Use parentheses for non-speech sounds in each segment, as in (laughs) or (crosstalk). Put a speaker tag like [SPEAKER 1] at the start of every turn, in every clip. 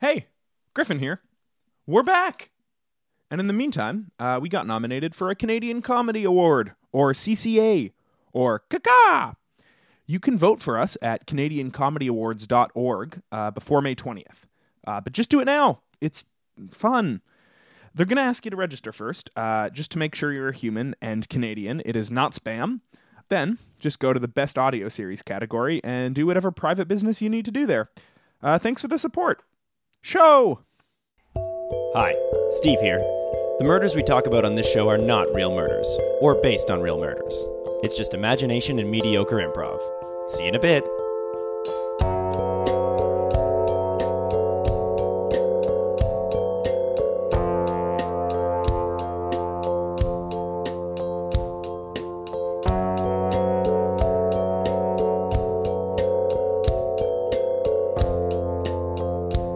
[SPEAKER 1] hey, Griffin here. We're back. And in the meantime, uh, we got nominated for a Canadian Comedy Award, or CCA, or CACA. You can vote for us at CanadianComedyAwards.org uh, before May 20th. Uh, but just do it now. It's fun. They're going to ask you to register first, uh, just to make sure you're a human and Canadian. It is not spam. Then just go to the Best Audio Series category and do whatever private business you need to do there. Uh, thanks for the support. Show!
[SPEAKER 2] Hi, Steve here. The murders we talk about on this show are not real murders, or based on real murders. It's just imagination and mediocre improv. See you in a bit.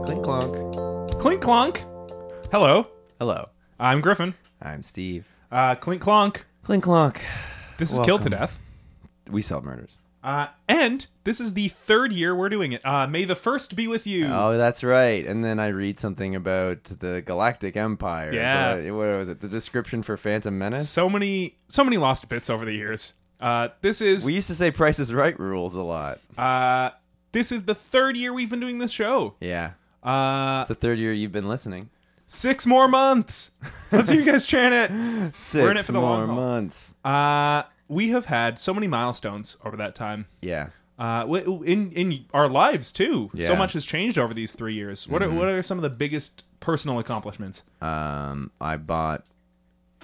[SPEAKER 2] Clink clonk.
[SPEAKER 1] Clink Clonk! Hello,
[SPEAKER 2] Hello,
[SPEAKER 1] I'm Griffin.
[SPEAKER 2] I'm Steve.
[SPEAKER 1] Uh, Clink Clonk,
[SPEAKER 2] Clink clonk.
[SPEAKER 1] this is
[SPEAKER 2] Welcome.
[SPEAKER 1] Killed to Death.
[SPEAKER 2] We solve murders.
[SPEAKER 1] Uh, and this is the third year we're doing it. Uh, may the first be with you.
[SPEAKER 3] Oh, that's right. And then I read something about the Galactic Empire. So
[SPEAKER 1] Yeah.
[SPEAKER 3] what- what was it? The description for Phantom Menace?
[SPEAKER 1] So many, so many lost bits over the years. Uh, this is
[SPEAKER 3] we used to say Price is Right rules a lot.
[SPEAKER 1] uh, this is the third year we've been doing this show.
[SPEAKER 3] Yeah.
[SPEAKER 1] Uh,
[SPEAKER 3] It's the third year you've been listening.
[SPEAKER 1] six more (laughs) months. Let's hear you guys chant it.
[SPEAKER 3] Six
[SPEAKER 1] in it for the
[SPEAKER 3] more
[SPEAKER 1] long haul.
[SPEAKER 3] months.
[SPEAKER 1] Uh, we have had so many milestones over that time.
[SPEAKER 3] Yeah.
[SPEAKER 1] Uh, w- in in our lives too. So
[SPEAKER 3] Yeah. Mm-hmm.
[SPEAKER 1] much has changed over these three years. What are, what are some of the biggest personal accomplishments?
[SPEAKER 3] Um, I bought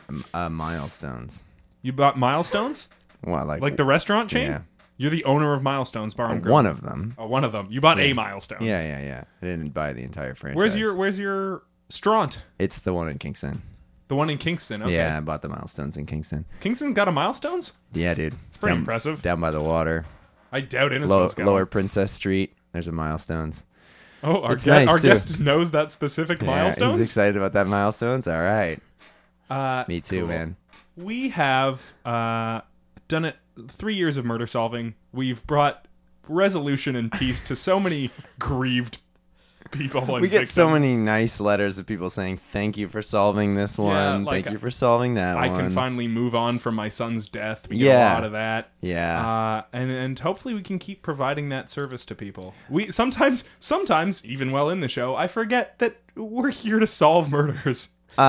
[SPEAKER 3] um, uh, milestones.
[SPEAKER 1] You bought milestones,
[SPEAKER 3] What, like,
[SPEAKER 1] like the restaurant chain.
[SPEAKER 3] Yeah. Uh,
[SPEAKER 1] You're the owner of Milestones Bar and Grill.
[SPEAKER 3] one of them?
[SPEAKER 1] Oh, one of them. You bought a milestone.
[SPEAKER 3] Yeah, yeah, yeah. I didn't buy the entire franchise.
[SPEAKER 1] Where's your Where's your Stront?
[SPEAKER 3] It's the one in Kingston.
[SPEAKER 1] The one in Kingston. Okay.
[SPEAKER 3] Yeah, I bought the milestones in Kingston.
[SPEAKER 1] Kingston got a milestones.
[SPEAKER 3] Yeah, dude.
[SPEAKER 1] Pretty
[SPEAKER 3] Down-
[SPEAKER 1] impressive.
[SPEAKER 3] Down by the water.
[SPEAKER 1] I doubt
[SPEAKER 3] Low,
[SPEAKER 1] Innocence got
[SPEAKER 3] lower
[SPEAKER 1] one.
[SPEAKER 3] Princess Street. There's a milestones.
[SPEAKER 1] Oh, our,
[SPEAKER 3] It's
[SPEAKER 1] guest,
[SPEAKER 3] nice,
[SPEAKER 1] our
[SPEAKER 3] too.
[SPEAKER 1] guest knows that specific
[SPEAKER 3] Yeah,
[SPEAKER 1] milestones.
[SPEAKER 3] he's excited about that milestones. All right,
[SPEAKER 1] uh,
[SPEAKER 3] me too,
[SPEAKER 1] cool.
[SPEAKER 3] man.
[SPEAKER 1] We have uh, done it three years of murder solving. We've brought resolution and peace to so
[SPEAKER 3] (laughs)
[SPEAKER 1] many grieved people. And
[SPEAKER 3] We get so
[SPEAKER 1] victims.
[SPEAKER 3] many nice letters of people saying thank you for solving this one,
[SPEAKER 1] like,
[SPEAKER 3] thank you for solving that
[SPEAKER 1] I
[SPEAKER 3] one.
[SPEAKER 1] can finally move on from my son's death. We get a
[SPEAKER 3] Yeah.
[SPEAKER 1] lot of that.
[SPEAKER 3] yeah,
[SPEAKER 1] Uh, and and hopefully we can keep providing that service to people. We sometimes sometimes even well in the show I forget that we're here to solve murders.
[SPEAKER 3] uh,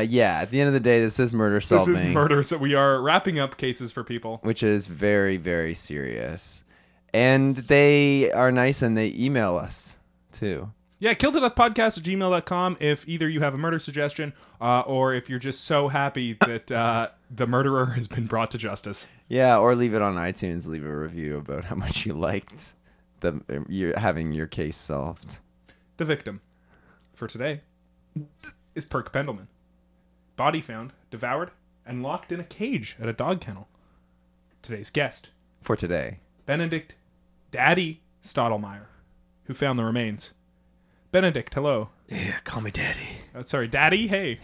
[SPEAKER 3] yeah. At the end of the day, this is murder
[SPEAKER 1] This
[SPEAKER 3] solving,
[SPEAKER 1] is murder, so we are wrapping up cases for people.
[SPEAKER 3] which is very, very serious. And they are nice, and they email us too.
[SPEAKER 1] Yeah, kill to death podcast at gmail.com if either you have a murder suggestion uh, or if you're just so happy that uh, the murderer has been brought to justice.
[SPEAKER 3] Yeah, or leave it on iTunes. Leave a review about how much you liked the you having your case solved.
[SPEAKER 1] The victim for today is Perk Pendelman. Body found, devoured, and locked in a cage at a dog kennel. Today's guest,
[SPEAKER 3] For today,
[SPEAKER 1] Benedict Daddy Stottlemyre, who found the remains. Benedict, hello.
[SPEAKER 4] Yeah, call me daddy.
[SPEAKER 1] Uh, sorry, Daddy, hey.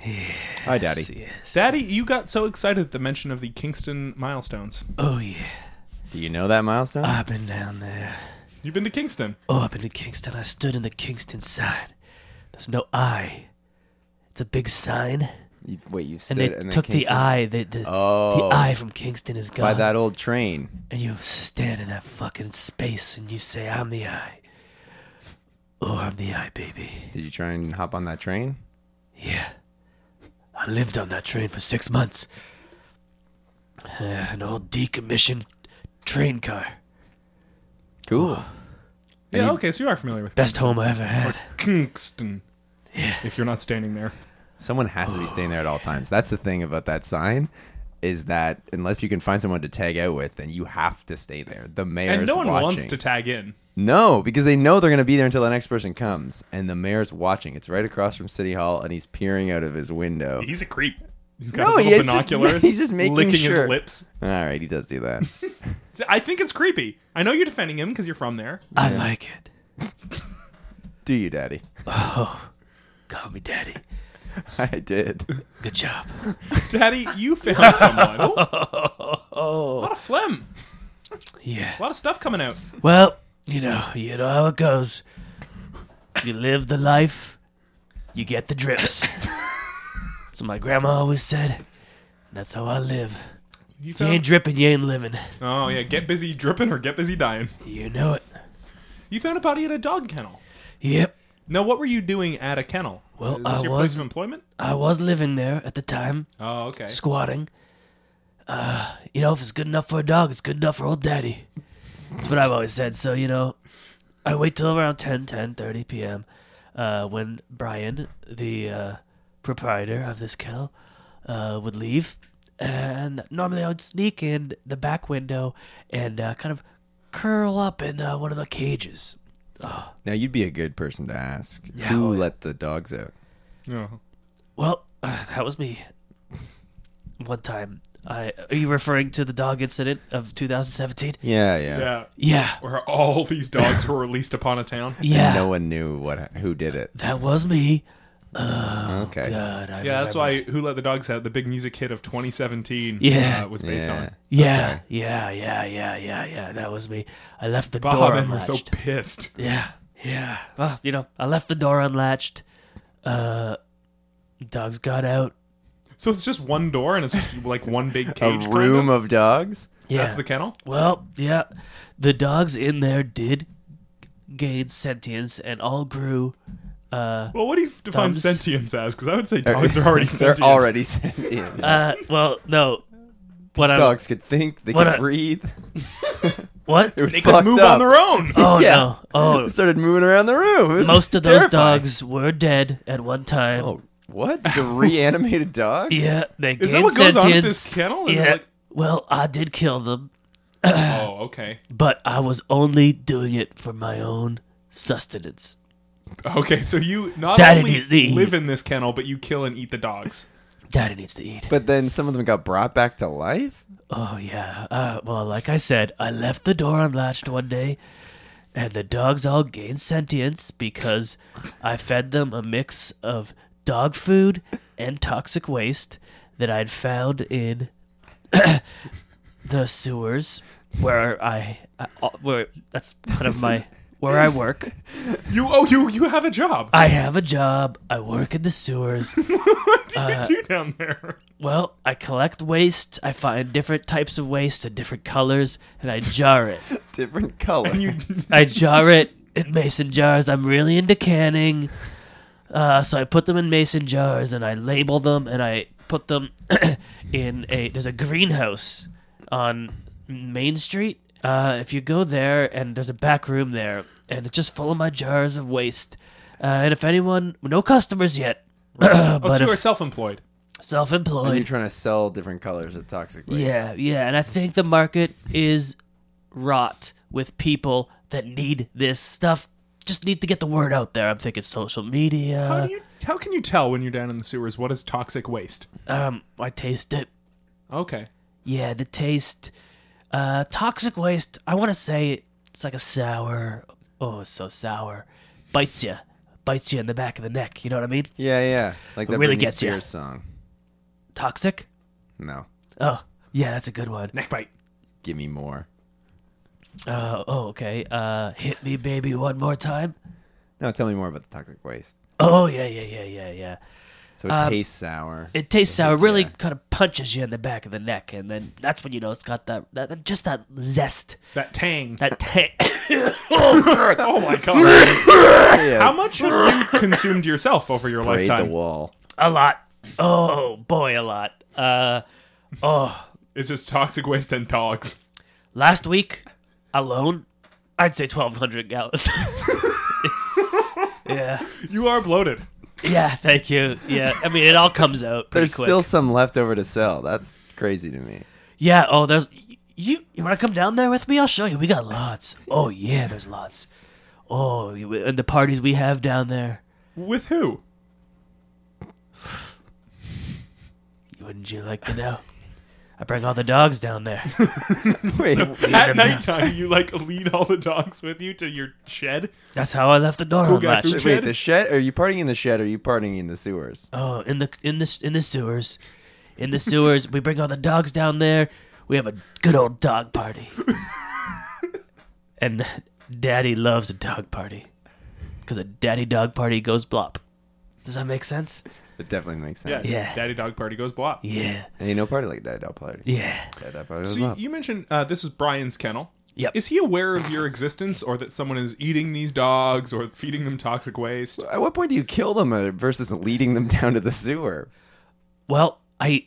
[SPEAKER 3] hi, Daddy.
[SPEAKER 4] Yes.
[SPEAKER 1] Daddy, you got so excited at the mention of the Kingston milestones.
[SPEAKER 4] Oh yeah.
[SPEAKER 3] Do you know that milestone?
[SPEAKER 4] I've been down there.
[SPEAKER 1] You've been to Kingston.
[SPEAKER 4] Oh, I've been to Kingston. I stood in the Kingston sign. There's no eye. It's a big sign,
[SPEAKER 3] You- wait, you
[SPEAKER 4] and
[SPEAKER 3] stood
[SPEAKER 4] they
[SPEAKER 3] and then
[SPEAKER 4] took the
[SPEAKER 3] Kingston-
[SPEAKER 4] eye. The the,
[SPEAKER 3] Oh.
[SPEAKER 4] the eye from Kingston is
[SPEAKER 3] by
[SPEAKER 4] gone.
[SPEAKER 3] that old train.
[SPEAKER 4] and you stand in that fucking space, and you say, "I'm the eye." Oh, I'm the eye, baby.
[SPEAKER 3] Did you try and hop on that train?
[SPEAKER 4] Yeah. I lived on that train for six months. Uh, an old decommissioned train car.
[SPEAKER 3] Cool.
[SPEAKER 1] Yeah, okay, so you are familiar with
[SPEAKER 4] Best home I ever had.
[SPEAKER 1] Kingston. If you're not standing there.
[SPEAKER 3] Someone has to be staying there at all times. That's the thing about that sign, is that unless you can find someone to tag out with, then you have to stay there. The mayor
[SPEAKER 1] And
[SPEAKER 3] is
[SPEAKER 1] no one
[SPEAKER 3] watching.
[SPEAKER 1] wants to tag in.
[SPEAKER 3] no, because they know they're going to be there until the next person comes, and the mayor's watching. It's right across from City Hall, and he's peering out of his window.
[SPEAKER 1] He's a creep. He's got
[SPEAKER 3] No,
[SPEAKER 1] his
[SPEAKER 3] he
[SPEAKER 1] little
[SPEAKER 3] is just-
[SPEAKER 1] binoculars.
[SPEAKER 3] he's just making
[SPEAKER 1] licking
[SPEAKER 3] sure.
[SPEAKER 1] his lips.
[SPEAKER 3] all right, he does do that.
[SPEAKER 1] I think it's creepy. I know you're defending him because you're from there.
[SPEAKER 4] I like it.
[SPEAKER 3] do you, Daddy?
[SPEAKER 4] Call me daddy.
[SPEAKER 3] I did.
[SPEAKER 4] Good job.
[SPEAKER 1] Daddy, you found someone. a lot of phlegm.
[SPEAKER 4] Yeah.
[SPEAKER 1] A lot of stuff coming out.
[SPEAKER 4] Well, you know, you know how it goes. you live the life, you get the drips. so my grandma always said, and that's how I live.
[SPEAKER 1] You
[SPEAKER 4] You ain't
[SPEAKER 1] found-
[SPEAKER 4] dripping, you ain't living.
[SPEAKER 1] oh yeah, get busy dripping or get busy dying.
[SPEAKER 4] You know it.
[SPEAKER 1] You found a body at a dog kennel.
[SPEAKER 4] Yep.
[SPEAKER 1] Now, what were you doing at a kennel?
[SPEAKER 4] Well,
[SPEAKER 1] Is
[SPEAKER 4] I
[SPEAKER 1] this your
[SPEAKER 4] was-
[SPEAKER 1] place of employment?
[SPEAKER 4] I was living there at the time,
[SPEAKER 1] Oh, okay.
[SPEAKER 4] squatting. Uh, you know, if it's good enough for a dog, it's good enough for old daddy. That's what I've always said. So, you know, I wait till around 10, 10, 30 p.m. Uh, when Brian, the uh, proprietor of this kennel, uh, would leave. And normally I would sneak in the back window and uh, kind of curl up in uh, one of the cages.
[SPEAKER 3] Now you'd be a good person to ask.
[SPEAKER 4] Yeah,
[SPEAKER 3] Who
[SPEAKER 4] oh, yeah.
[SPEAKER 3] let the dogs out?
[SPEAKER 1] Oh.
[SPEAKER 4] Well, uh, that was me. One time, I are you referring to the dog incident of 2017?
[SPEAKER 3] Yeah, yeah.
[SPEAKER 1] Yeah,
[SPEAKER 4] Yeah,
[SPEAKER 1] where all these dogs were released upon a
[SPEAKER 4] (laughs)
[SPEAKER 1] town.
[SPEAKER 4] yeah,
[SPEAKER 3] And no one knew what who did it.
[SPEAKER 4] that was me.
[SPEAKER 3] okay.
[SPEAKER 4] God, I
[SPEAKER 1] Yeah, that's
[SPEAKER 4] remember.
[SPEAKER 1] why Who Let the Dogs Out, the big music hit of 2017,
[SPEAKER 4] Yeah.
[SPEAKER 1] uh, was based
[SPEAKER 3] Yeah.
[SPEAKER 1] on.
[SPEAKER 4] Yeah, yeah, yeah, yeah, yeah, yeah. That was me. I left the
[SPEAKER 1] Baha
[SPEAKER 4] door
[SPEAKER 1] men were
[SPEAKER 4] unlatched.
[SPEAKER 1] so Ah. pissed.
[SPEAKER 4] Yeah, yeah. Well, you know, I left the door unlatched. Uh, dogs got out.
[SPEAKER 1] So it's just one door and it's just like one big
[SPEAKER 3] (laughs) A
[SPEAKER 1] cage. kind
[SPEAKER 3] room
[SPEAKER 1] of?
[SPEAKER 3] of dogs.
[SPEAKER 4] Yeah.
[SPEAKER 1] That's the kennel?
[SPEAKER 4] Well, yeah, the dogs in there did gain sentience and all grew. Uh,
[SPEAKER 1] Well, what do you define
[SPEAKER 4] Dogs.
[SPEAKER 1] sentience as? Because I would say dogs are already
[SPEAKER 3] (laughs) They're
[SPEAKER 1] sentient. (laughs)
[SPEAKER 3] already sentient.
[SPEAKER 4] uh, well, no. What I'm-
[SPEAKER 3] dogs could think. They
[SPEAKER 4] what
[SPEAKER 3] could
[SPEAKER 4] I-
[SPEAKER 3] breathe.
[SPEAKER 4] What?
[SPEAKER 3] It was
[SPEAKER 1] They could
[SPEAKER 3] fucked
[SPEAKER 1] move
[SPEAKER 3] up.
[SPEAKER 1] on their own.
[SPEAKER 3] (laughs)
[SPEAKER 4] Oh
[SPEAKER 3] Yeah.
[SPEAKER 4] no! Oh,
[SPEAKER 3] (laughs) They started moving around the room. It was
[SPEAKER 4] most of those
[SPEAKER 3] terrifying.
[SPEAKER 4] dogs were dead at one time.
[SPEAKER 3] Oh, what? The reanimated dog?
[SPEAKER 4] Yeah, they
[SPEAKER 1] Is
[SPEAKER 4] gained
[SPEAKER 1] that what goes
[SPEAKER 4] sentience.
[SPEAKER 1] on at this kennel? Is it
[SPEAKER 4] yeah.
[SPEAKER 1] like-
[SPEAKER 4] Well, I did kill them,
[SPEAKER 1] oh, okay.
[SPEAKER 4] but I was only doing it for my own sustenance.
[SPEAKER 1] Okay, so you not
[SPEAKER 4] Daddy
[SPEAKER 1] only
[SPEAKER 4] needs to eat.
[SPEAKER 1] live in this kennel, but you kill and eat the dogs.
[SPEAKER 4] Daddy needs to eat.
[SPEAKER 3] But then some of them got brought back to life.
[SPEAKER 4] Oh yeah. Uh, well, like I said, I left the door unlatched one day, and the dogs all gained sentience because I fed them a mix of dog food and toxic waste that I'd found in (coughs) the sewers where I, I where that's kind of my where I work.
[SPEAKER 1] You oh you you have a job.
[SPEAKER 4] I have a job. I work in the sewers.
[SPEAKER 1] what
[SPEAKER 4] Uh,
[SPEAKER 1] do you do down there? (laughs)
[SPEAKER 4] Well, I collect waste. I find different types of waste and different colors, and I jar it.
[SPEAKER 3] Different color.
[SPEAKER 1] You
[SPEAKER 4] I jar it in mason jars. I'm really into canning. Uh, so I put them in mason jars and I label them and I put them (clears throat) in a. There's a greenhouse on Main Street. Uh, if you go there, and there's a back room there, and it's just full of my jars of waste. Uh, and if anyone, no customers yet, (clears throat)
[SPEAKER 1] oh, so
[SPEAKER 4] (laughs) but
[SPEAKER 1] you are
[SPEAKER 4] if
[SPEAKER 1] self-employed.
[SPEAKER 3] and (laughs) you're
[SPEAKER 4] self-employed.
[SPEAKER 3] trying to sell different colors of toxic waste.
[SPEAKER 4] Yeah, yeah, and I think the market is rot with people that need this stuff. Just need to get the word out there. I'm thinking social media.
[SPEAKER 1] How do you how can you tell when you're down in the sewers what is toxic waste?
[SPEAKER 4] um, I taste it.
[SPEAKER 1] Okay.
[SPEAKER 4] Yeah, the taste. Uh, toxic waste. I want to say it's like a sour. Oh, it's so sour. Bites you, bites you in the back of the neck. You know what I mean?
[SPEAKER 3] Yeah, yeah. Like that
[SPEAKER 4] really
[SPEAKER 3] Britney
[SPEAKER 4] gets ya.
[SPEAKER 3] Spears song.
[SPEAKER 4] Toxic.
[SPEAKER 3] No.
[SPEAKER 4] Oh, yeah, that's a good one.
[SPEAKER 1] Neck bite.
[SPEAKER 3] Give me more.
[SPEAKER 4] Uh, oh, okay. Uh, hit me, baby, one more time.
[SPEAKER 3] No, tell me more about the toxic waste.
[SPEAKER 4] Oh, yeah, yeah, yeah, yeah, yeah.
[SPEAKER 3] So it
[SPEAKER 4] Um,
[SPEAKER 3] tastes sour.
[SPEAKER 4] it tastes sour. It really
[SPEAKER 3] yeah.
[SPEAKER 4] kind of punches you in the back of the neck, and then that's when you know it's got that, that that- just that zest,
[SPEAKER 1] That tang.
[SPEAKER 4] that (coughs) tang.
[SPEAKER 1] (laughs) oh my
[SPEAKER 4] (laughs)
[SPEAKER 1] god.
[SPEAKER 3] Yeah,
[SPEAKER 1] how much have you consumed yourself over your
[SPEAKER 3] sprayed the
[SPEAKER 1] lifetime?
[SPEAKER 3] wall.
[SPEAKER 4] a lot. Oh boy, a lot. Uh, oh,
[SPEAKER 1] It's just toxic waste and dogs.
[SPEAKER 4] last week alone, I'd say twelve hundred gallons. (laughs) yeah,
[SPEAKER 1] You are bloated.
[SPEAKER 4] yeah. Thank you. Yeah, I mean it all comes out. Pretty
[SPEAKER 3] There's
[SPEAKER 4] quick.
[SPEAKER 3] still some left over to sell. That's crazy to me. (laughs)
[SPEAKER 4] Yeah. Oh, there's you. You want to come down there with me? I'll show you. We got lots. Oh yeah, there's lots. Oh, you- and the parties we have down there.
[SPEAKER 1] With who?
[SPEAKER 4] Wouldn't you like to know? I bring all the dogs
[SPEAKER 1] (laughs)
[SPEAKER 4] down there.
[SPEAKER 3] Wait,
[SPEAKER 1] At nighttime, you like lead all the dogs with you to your shed.
[SPEAKER 4] That's how I left the door
[SPEAKER 1] Who got
[SPEAKER 4] unlatched.
[SPEAKER 1] food?
[SPEAKER 3] wait. The shed? Are you partying in the shed? Or are you partying in the sewers?
[SPEAKER 4] Oh, in the in the in the sewers, in the sewers. we bring all the dogs down there. We have a good old dog party. and Daddy loves a dog party. because a daddy dog party goes blop. Does that make sense?
[SPEAKER 3] It definitely makes
[SPEAKER 1] Yeah,
[SPEAKER 3] sense.
[SPEAKER 4] Yeah.
[SPEAKER 1] Daddy Dog Party goes blop.
[SPEAKER 4] Yeah.
[SPEAKER 3] And you know, party like that, I'll party.
[SPEAKER 4] Yeah.
[SPEAKER 3] That, that party was
[SPEAKER 1] So you,
[SPEAKER 3] love.
[SPEAKER 1] you mentioned uh, this is Brian's kennel.
[SPEAKER 4] Yep.
[SPEAKER 1] Is he aware of your existence, or that someone is eating these dogs, or feeding them toxic waste?
[SPEAKER 3] At what point do you kill them uh, versus leading them (laughs) down to the sewer?
[SPEAKER 4] Well, I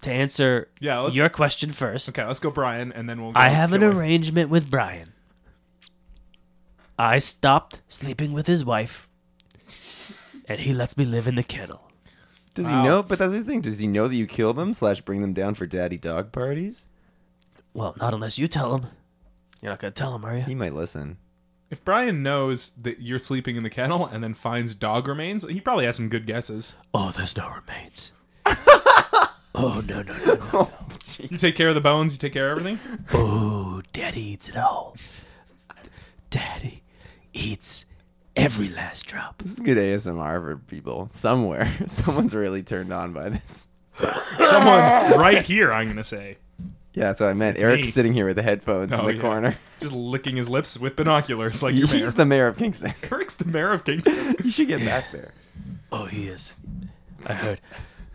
[SPEAKER 4] to answer
[SPEAKER 1] Yeah, let's-
[SPEAKER 4] your question first.
[SPEAKER 1] Okay, let's go, Brian, and then we'll. Go
[SPEAKER 4] I have an
[SPEAKER 1] killing.
[SPEAKER 4] arrangement with Brian. I stopped sleeping with his wife, and he lets me live in the kennel.
[SPEAKER 3] Does
[SPEAKER 1] Wow.
[SPEAKER 3] he know? But that's the thing. Does he know that you kill them slash bring them down for daddy dog parties?
[SPEAKER 4] Well, not unless you tell him. You're not gonna tell him, are you?
[SPEAKER 3] He might listen.
[SPEAKER 1] If Brian knows that you're sleeping in the kennel and then finds dog remains, he probably has some good guesses.
[SPEAKER 4] Oh, there's no (laughs) remains. oh no no no! no.
[SPEAKER 1] You take care of the bones. You take care of
[SPEAKER 3] (laughs)
[SPEAKER 1] everything.
[SPEAKER 4] Oh, Daddy eats it all. Daddy eats every last drop.
[SPEAKER 3] This is good ASMR for people somewhere. (laughs) Someone's really turned on by this.
[SPEAKER 1] Someone right here, I'm gonna say.
[SPEAKER 3] Yeah, that's what I meant.
[SPEAKER 1] It's
[SPEAKER 3] Eric's
[SPEAKER 1] me.
[SPEAKER 3] sitting here with the headphones in
[SPEAKER 1] Oh,
[SPEAKER 3] the
[SPEAKER 1] yeah.
[SPEAKER 3] corner.
[SPEAKER 1] Just licking his lips with binoculars, like your
[SPEAKER 3] He's
[SPEAKER 1] mayor. (laughs)
[SPEAKER 3] the mayor of Kingston. (laughs)
[SPEAKER 1] Eric's the mayor of Kingston.
[SPEAKER 3] you should get back there.
[SPEAKER 4] Oh, he is. I heard.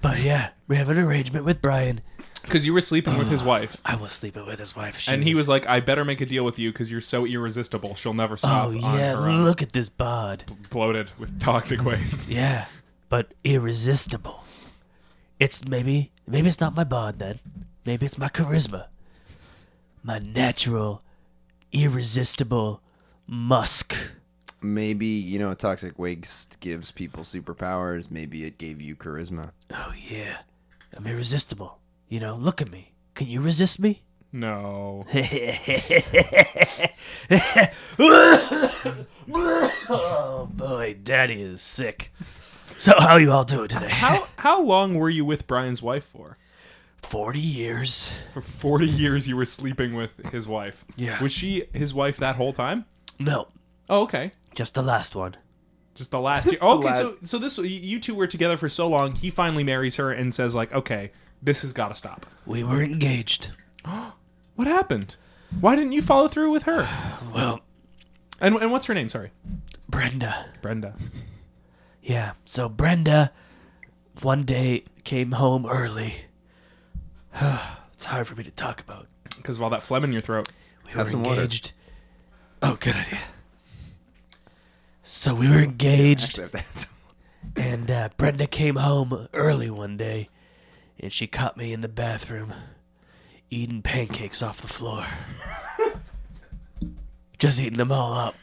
[SPEAKER 4] But yeah, we have an arrangement with Brian.
[SPEAKER 1] Because you were sleeping with his wife,
[SPEAKER 4] I was sleeping with his wife. She
[SPEAKER 1] and he was like, "I better make a deal with you because you're so irresistible. She'll never stop."
[SPEAKER 4] Oh
[SPEAKER 1] on
[SPEAKER 4] yeah,
[SPEAKER 1] her own.
[SPEAKER 4] look at this bod.
[SPEAKER 1] bloated with toxic waste. (laughs)
[SPEAKER 4] Yeah, but irresistible. It's maybe maybe it's not my bod then. Maybe it's my charisma. My natural, irresistible musk.
[SPEAKER 3] Maybe, you know, toxic waste gives people superpowers. Maybe it gave you charisma.
[SPEAKER 4] Oh yeah, I'm irresistible. You know, look at me. Can you resist me?
[SPEAKER 3] (laughs)
[SPEAKER 1] No.
[SPEAKER 4] (laughs) oh boy, daddy is sick. So how you all doing today?
[SPEAKER 1] How how long were you with Brian's wife for?
[SPEAKER 4] Forty years.
[SPEAKER 1] For forty years, you were sleeping with his wife.
[SPEAKER 4] Yeah.
[SPEAKER 1] Was she his wife that whole time?
[SPEAKER 4] No,
[SPEAKER 1] Oh, okay.
[SPEAKER 4] just the last one.
[SPEAKER 1] Just the last year. Okay,
[SPEAKER 3] last-
[SPEAKER 1] so so this you two were together for so long. He finally marries her and says like, "Okay, this has got to stop."
[SPEAKER 4] We were engaged.
[SPEAKER 1] What happened? Why didn't you follow through with her?
[SPEAKER 4] Well,
[SPEAKER 1] And and what's her name? Sorry,
[SPEAKER 4] Brenda.
[SPEAKER 1] Brenda.
[SPEAKER 4] Yeah. So Brenda one day came home early. (sighs) it's hard for me to talk about.
[SPEAKER 1] Because of all that phlegm in your throat.
[SPEAKER 4] We
[SPEAKER 3] Have
[SPEAKER 4] were
[SPEAKER 3] some water.
[SPEAKER 4] engaged. Oh, good idea. So we were engaged,
[SPEAKER 3] Except that's-
[SPEAKER 4] and uh, Brenda came home early one day, and she caught me in the bathroom eating pancakes off the floor. (laughs) Just eating them all up.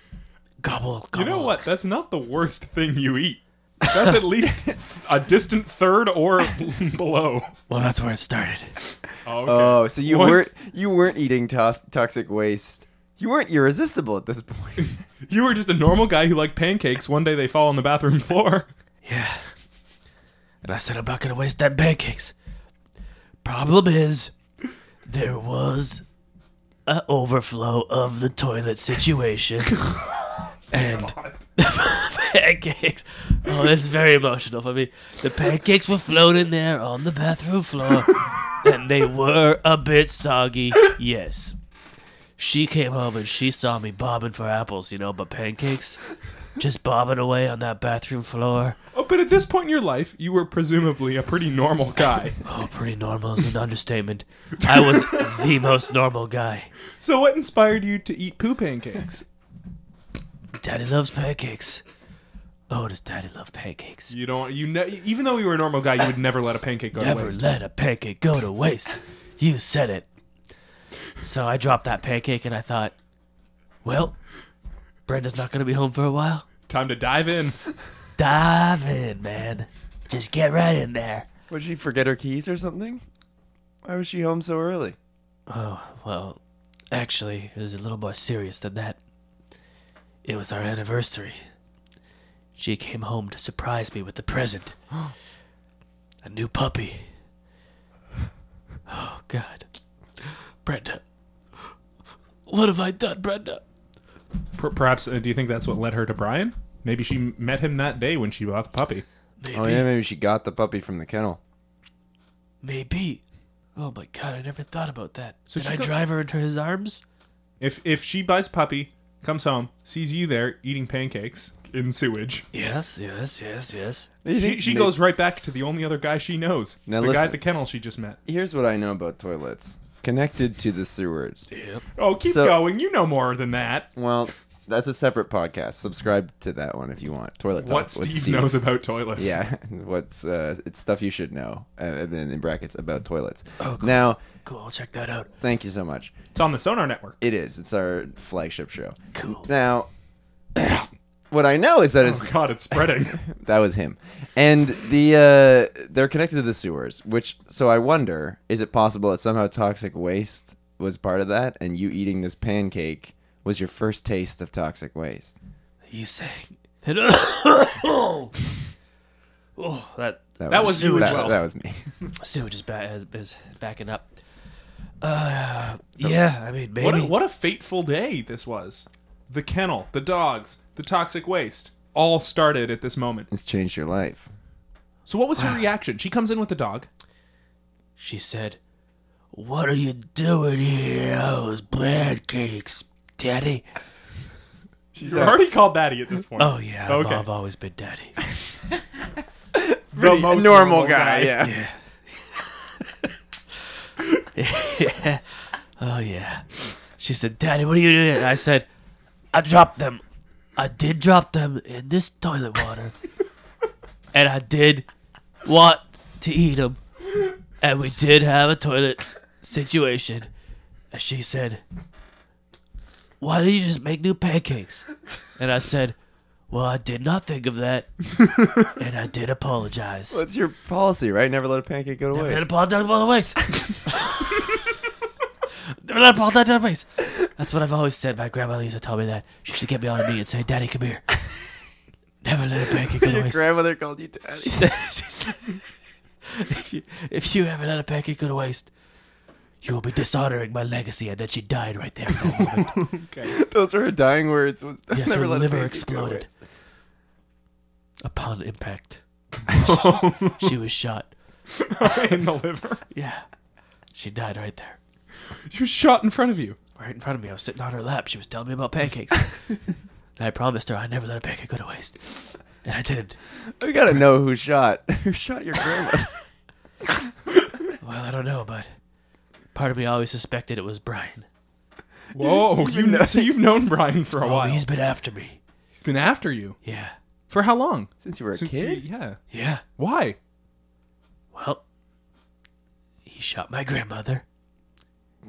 [SPEAKER 4] Gobble,
[SPEAKER 1] You
[SPEAKER 4] gobble.
[SPEAKER 1] know what? That's not the worst thing you eat. That's at least a distant third or (laughs) below.
[SPEAKER 4] Well, that's where it started.
[SPEAKER 1] Oh, okay.
[SPEAKER 3] Oh, so you
[SPEAKER 1] Once-
[SPEAKER 3] weren't you weren't eating tos- toxic waste. You weren't irresistible at this point. (laughs)
[SPEAKER 1] You were just a normal guy who liked pancakes. One day they fall on the bathroom floor.
[SPEAKER 4] Yeah. And I said, I'm not going to waste that pancakes. Problem is, there was a overflow of the toilet situation. and (laughs) pancakes. Oh, this is very emotional for me. The pancakes were floating there on the bathroom floor. and they were a bit soggy, yes. She came home and she saw me bobbing for apples, you know, but pancakes just bobbing away on that bathroom floor.
[SPEAKER 1] Oh, but at this point in your life, you were presumably a pretty normal guy.
[SPEAKER 4] Oh, pretty normal is an understatement. I was the most normal guy.
[SPEAKER 1] So what inspired you to eat poo pancakes?
[SPEAKER 4] Daddy loves pancakes. Oh, does Daddy love pancakes?
[SPEAKER 1] You don't. You ne- even though you were a normal guy, you would never let a pancake go to
[SPEAKER 4] Never
[SPEAKER 1] waste.
[SPEAKER 4] let a pancake go to waste. You said it. So I dropped that pancake and I thought, well, Brenda's not going to be home for a while.
[SPEAKER 1] Time to dive in.
[SPEAKER 4] Dive in, man. Just get right in there.
[SPEAKER 3] Would she forget her keys or something? Why was she home so early?
[SPEAKER 4] Oh, well, actually, it was a little more serious than that. It was our anniversary. She came home to surprise me with a present a new puppy. Oh, God. Brenda. What have I done, Brenda?
[SPEAKER 1] Per- perhaps uh, do you think that's what led her to Brian? Maybe she m- met him that day when she bought the puppy.
[SPEAKER 4] Maybe.
[SPEAKER 3] Oh yeah, maybe she got the puppy from the kennel.
[SPEAKER 4] Maybe. Oh, my God, I never thought about that.
[SPEAKER 1] So
[SPEAKER 4] Did
[SPEAKER 1] she
[SPEAKER 4] I
[SPEAKER 1] got-
[SPEAKER 4] drive her into his arms?
[SPEAKER 1] If if she buys puppy, comes home, sees you there eating pancakes, in sewage.
[SPEAKER 4] Yes, yes, yes, yes.
[SPEAKER 1] She, she goes right back to the only other guy she knows,
[SPEAKER 3] Now
[SPEAKER 1] the guy at
[SPEAKER 3] listen.
[SPEAKER 1] the kennel she just met.
[SPEAKER 3] Here's what I know about toilets connected to the sewers.
[SPEAKER 4] Yep.
[SPEAKER 1] Oh, keep
[SPEAKER 3] So-
[SPEAKER 1] going. You know more than that.
[SPEAKER 3] Well, that's a separate podcast. Subscribe to that one if you want. Toilet talk.
[SPEAKER 1] What
[SPEAKER 3] with
[SPEAKER 1] Steve, knows about toilets.
[SPEAKER 3] Yeah, (laughs) what's uh, it's stuff you should know, uh, and then in brackets about toilets. Oh, Now,
[SPEAKER 4] Cool. I'll check that out.
[SPEAKER 3] thank you so much.
[SPEAKER 1] It's on the Sonar Network.
[SPEAKER 3] It is. It's our flagship show.
[SPEAKER 4] Cool.
[SPEAKER 3] Now, (coughs) what I know is that it's
[SPEAKER 1] Oh God, it's spreading.
[SPEAKER 3] that was him, and the uh, they're connected to the sewers. Which so I wonder, is it possible that somehow toxic waste was part of that, and you eating this pancake was your first taste of toxic waste?
[SPEAKER 4] You sang. (coughs) oh, that
[SPEAKER 1] That was you as
[SPEAKER 3] that,
[SPEAKER 1] well.
[SPEAKER 3] That was me. (laughs)
[SPEAKER 4] sewage is, ba- is, is backing up. Uh, yeah, I mean, maybe.
[SPEAKER 1] what a, what a fateful day this was. The kennel, the dogs, the toxic waste, all started at this moment.
[SPEAKER 3] It's changed your life.
[SPEAKER 1] So what was her reaction? She comes in with the dog.
[SPEAKER 4] She said, What are you doing here? Those pancakes, Daddy.
[SPEAKER 1] You're already called daddy at this point.
[SPEAKER 4] Oh, yeah. I've-
[SPEAKER 1] Okay.
[SPEAKER 4] I've always been Daddy.
[SPEAKER 1] The most
[SPEAKER 3] yeah.
[SPEAKER 4] (laughs) Oh, yeah. She said, Daddy, what are you doing? I said, I dropped them. I did drop them in this toilet water. and I did want to eat them. And we did have a toilet situation. And she said, Why don't you just make new pancakes? And I said, Well, I did not think of that. and I did apologize.
[SPEAKER 3] That's your policy, right? Never let a pancake go to
[SPEAKER 4] Never
[SPEAKER 3] waste.
[SPEAKER 4] let a ball down the
[SPEAKER 3] (laughs)
[SPEAKER 4] waist. Never let a ball down the waist. That's what I've always said. My grandma used to tell me that. She used to get me on her knee and say, Daddy,
[SPEAKER 3] (laughs)
[SPEAKER 4] come here. Never let a pancake go to
[SPEAKER 3] your
[SPEAKER 4] waste.
[SPEAKER 3] grandmother called you daddy. (laughs)
[SPEAKER 4] she said, she said if, you, if you ever let a pancake go to waste, you will be dishonoring my legacy. And then she died right there. at the moment.
[SPEAKER 3] (laughs)
[SPEAKER 1] Okay.
[SPEAKER 3] Those are her dying words. Was
[SPEAKER 4] Yes,
[SPEAKER 3] never
[SPEAKER 4] her
[SPEAKER 3] let a
[SPEAKER 4] liver
[SPEAKER 3] pancake go
[SPEAKER 4] exploded
[SPEAKER 3] to (laughs)
[SPEAKER 4] upon impact. she was shot.
[SPEAKER 1] (laughs) in the liver.
[SPEAKER 4] Yeah. She died right there.
[SPEAKER 1] She was shot in front of (laughs) you.
[SPEAKER 4] right in front of me. I was sitting on her lap. She was telling me
[SPEAKER 1] (laughs)
[SPEAKER 4] about pancakes. and I promised her I'd never let a pancake go to waste. And I didn't.
[SPEAKER 3] waste. We gotta know who shot. (laughs) who shot
[SPEAKER 4] (laughs)
[SPEAKER 3] your grandma?
[SPEAKER 4] Well, I don't know, but part of me always suspected it was Brian.
[SPEAKER 1] Whoa, you know, so you've known Brian for a
[SPEAKER 4] Oh,
[SPEAKER 1] while.
[SPEAKER 4] he's been after me.
[SPEAKER 1] he's been after you
[SPEAKER 4] Yeah.
[SPEAKER 1] for how long?
[SPEAKER 3] Since you were a
[SPEAKER 1] Since
[SPEAKER 3] kid.
[SPEAKER 1] you- yeah.
[SPEAKER 4] Yeah.
[SPEAKER 1] Why?
[SPEAKER 4] Well, he shot my grandmother.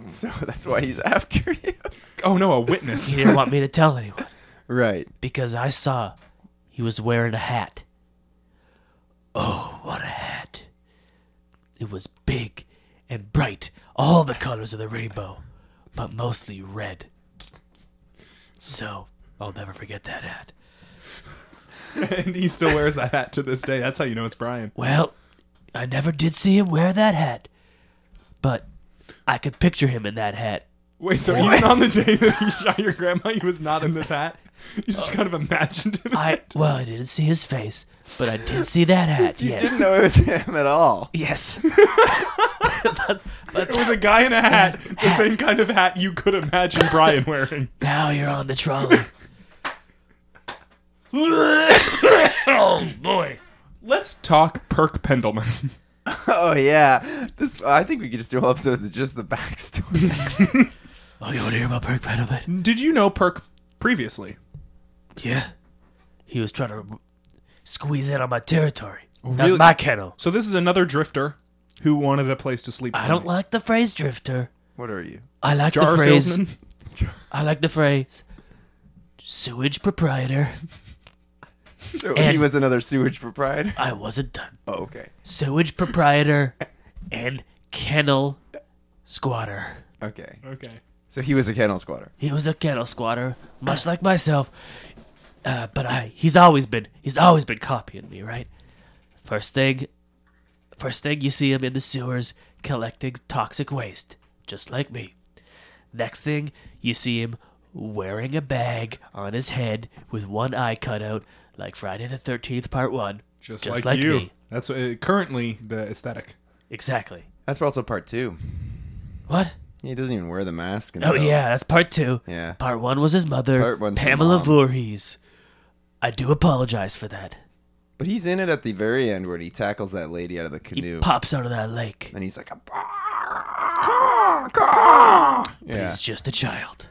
[SPEAKER 3] So that's why he's after
[SPEAKER 4] (laughs)
[SPEAKER 3] you.
[SPEAKER 1] Oh no, a witness.
[SPEAKER 4] He didn't want me to tell anyone
[SPEAKER 3] Right.
[SPEAKER 4] because I saw he was wearing a hat. Oh, what a hat. It was big and bright, all the colors of the rainbow, but mostly red. So, I'll never forget that hat.
[SPEAKER 1] (laughs) and he still wears that hat to this day. That's how you know it's Brian.
[SPEAKER 4] Well, I never did see him wear that hat, but I could picture him in that hat.
[SPEAKER 1] Wait, so even on the day that he shot your grandma, he was not in this hat? You just kind of imagined him. (laughs)
[SPEAKER 4] I well, I didn't see his face, but I did see
[SPEAKER 3] (laughs)
[SPEAKER 4] that hat. yes.
[SPEAKER 3] Didn't know it was him at all.
[SPEAKER 4] Yes. (laughs)
[SPEAKER 1] It was a guy in a hat, the (laughs) same kind of hat you could imagine Brian wearing.
[SPEAKER 4] Now you're on the trolley.
[SPEAKER 1] Let's talk Perk Pendelman.
[SPEAKER 3] Oh yeah. This. I think we could just do a whole episode with just the backstory. (laughs)
[SPEAKER 4] Oh, you want to hear about Perk
[SPEAKER 1] (laughs)
[SPEAKER 4] Pendelman?
[SPEAKER 1] Did you know Perk previously?
[SPEAKER 4] Yeah. He was trying to squeeze in on my territory. That's
[SPEAKER 1] Oh, really?
[SPEAKER 4] my kennel.
[SPEAKER 1] So this is another drifter who wanted a place to sleep.
[SPEAKER 4] I don't like the phrase drifter.
[SPEAKER 3] what are you?
[SPEAKER 4] I like
[SPEAKER 1] jar
[SPEAKER 4] the phrase.
[SPEAKER 1] salesman.
[SPEAKER 4] I like the phrase sewage proprietor.
[SPEAKER 3] So he
[SPEAKER 4] And-
[SPEAKER 3] was another sewage proprietor.
[SPEAKER 4] I wasn't done.
[SPEAKER 3] Oh, okay.
[SPEAKER 4] Sewage proprietor and kennel squatter.
[SPEAKER 3] Okay.
[SPEAKER 1] Okay.
[SPEAKER 3] So he was a kennel squatter.
[SPEAKER 4] He was a kennel squatter, much like myself. Uh, but I, he's always been, he's always been copying me, right? First thing, first thing you see him in the sewers collecting toxic waste, just like me. Next thing, you see him wearing a bag on his head with one eye cut out, like Friday the Thirteenth Part One,
[SPEAKER 1] Just, like, you. That's uh, currently the aesthetic.
[SPEAKER 4] Exactly.
[SPEAKER 3] That's also part two.
[SPEAKER 4] What?
[SPEAKER 3] He doesn't even wear the mask.
[SPEAKER 4] Oh
[SPEAKER 3] until-
[SPEAKER 4] yeah, that's part two.
[SPEAKER 3] Yeah.
[SPEAKER 4] Part one was his mother,
[SPEAKER 3] Part one's the
[SPEAKER 4] Pamela
[SPEAKER 3] mom.
[SPEAKER 4] Voorhees. I do apologize for that.
[SPEAKER 3] But he's in it at the very end where he tackles that lady out of the
[SPEAKER 4] He
[SPEAKER 3] canoe,
[SPEAKER 4] pops out of that lake.
[SPEAKER 3] and he's like, yeah,
[SPEAKER 4] He's just a child.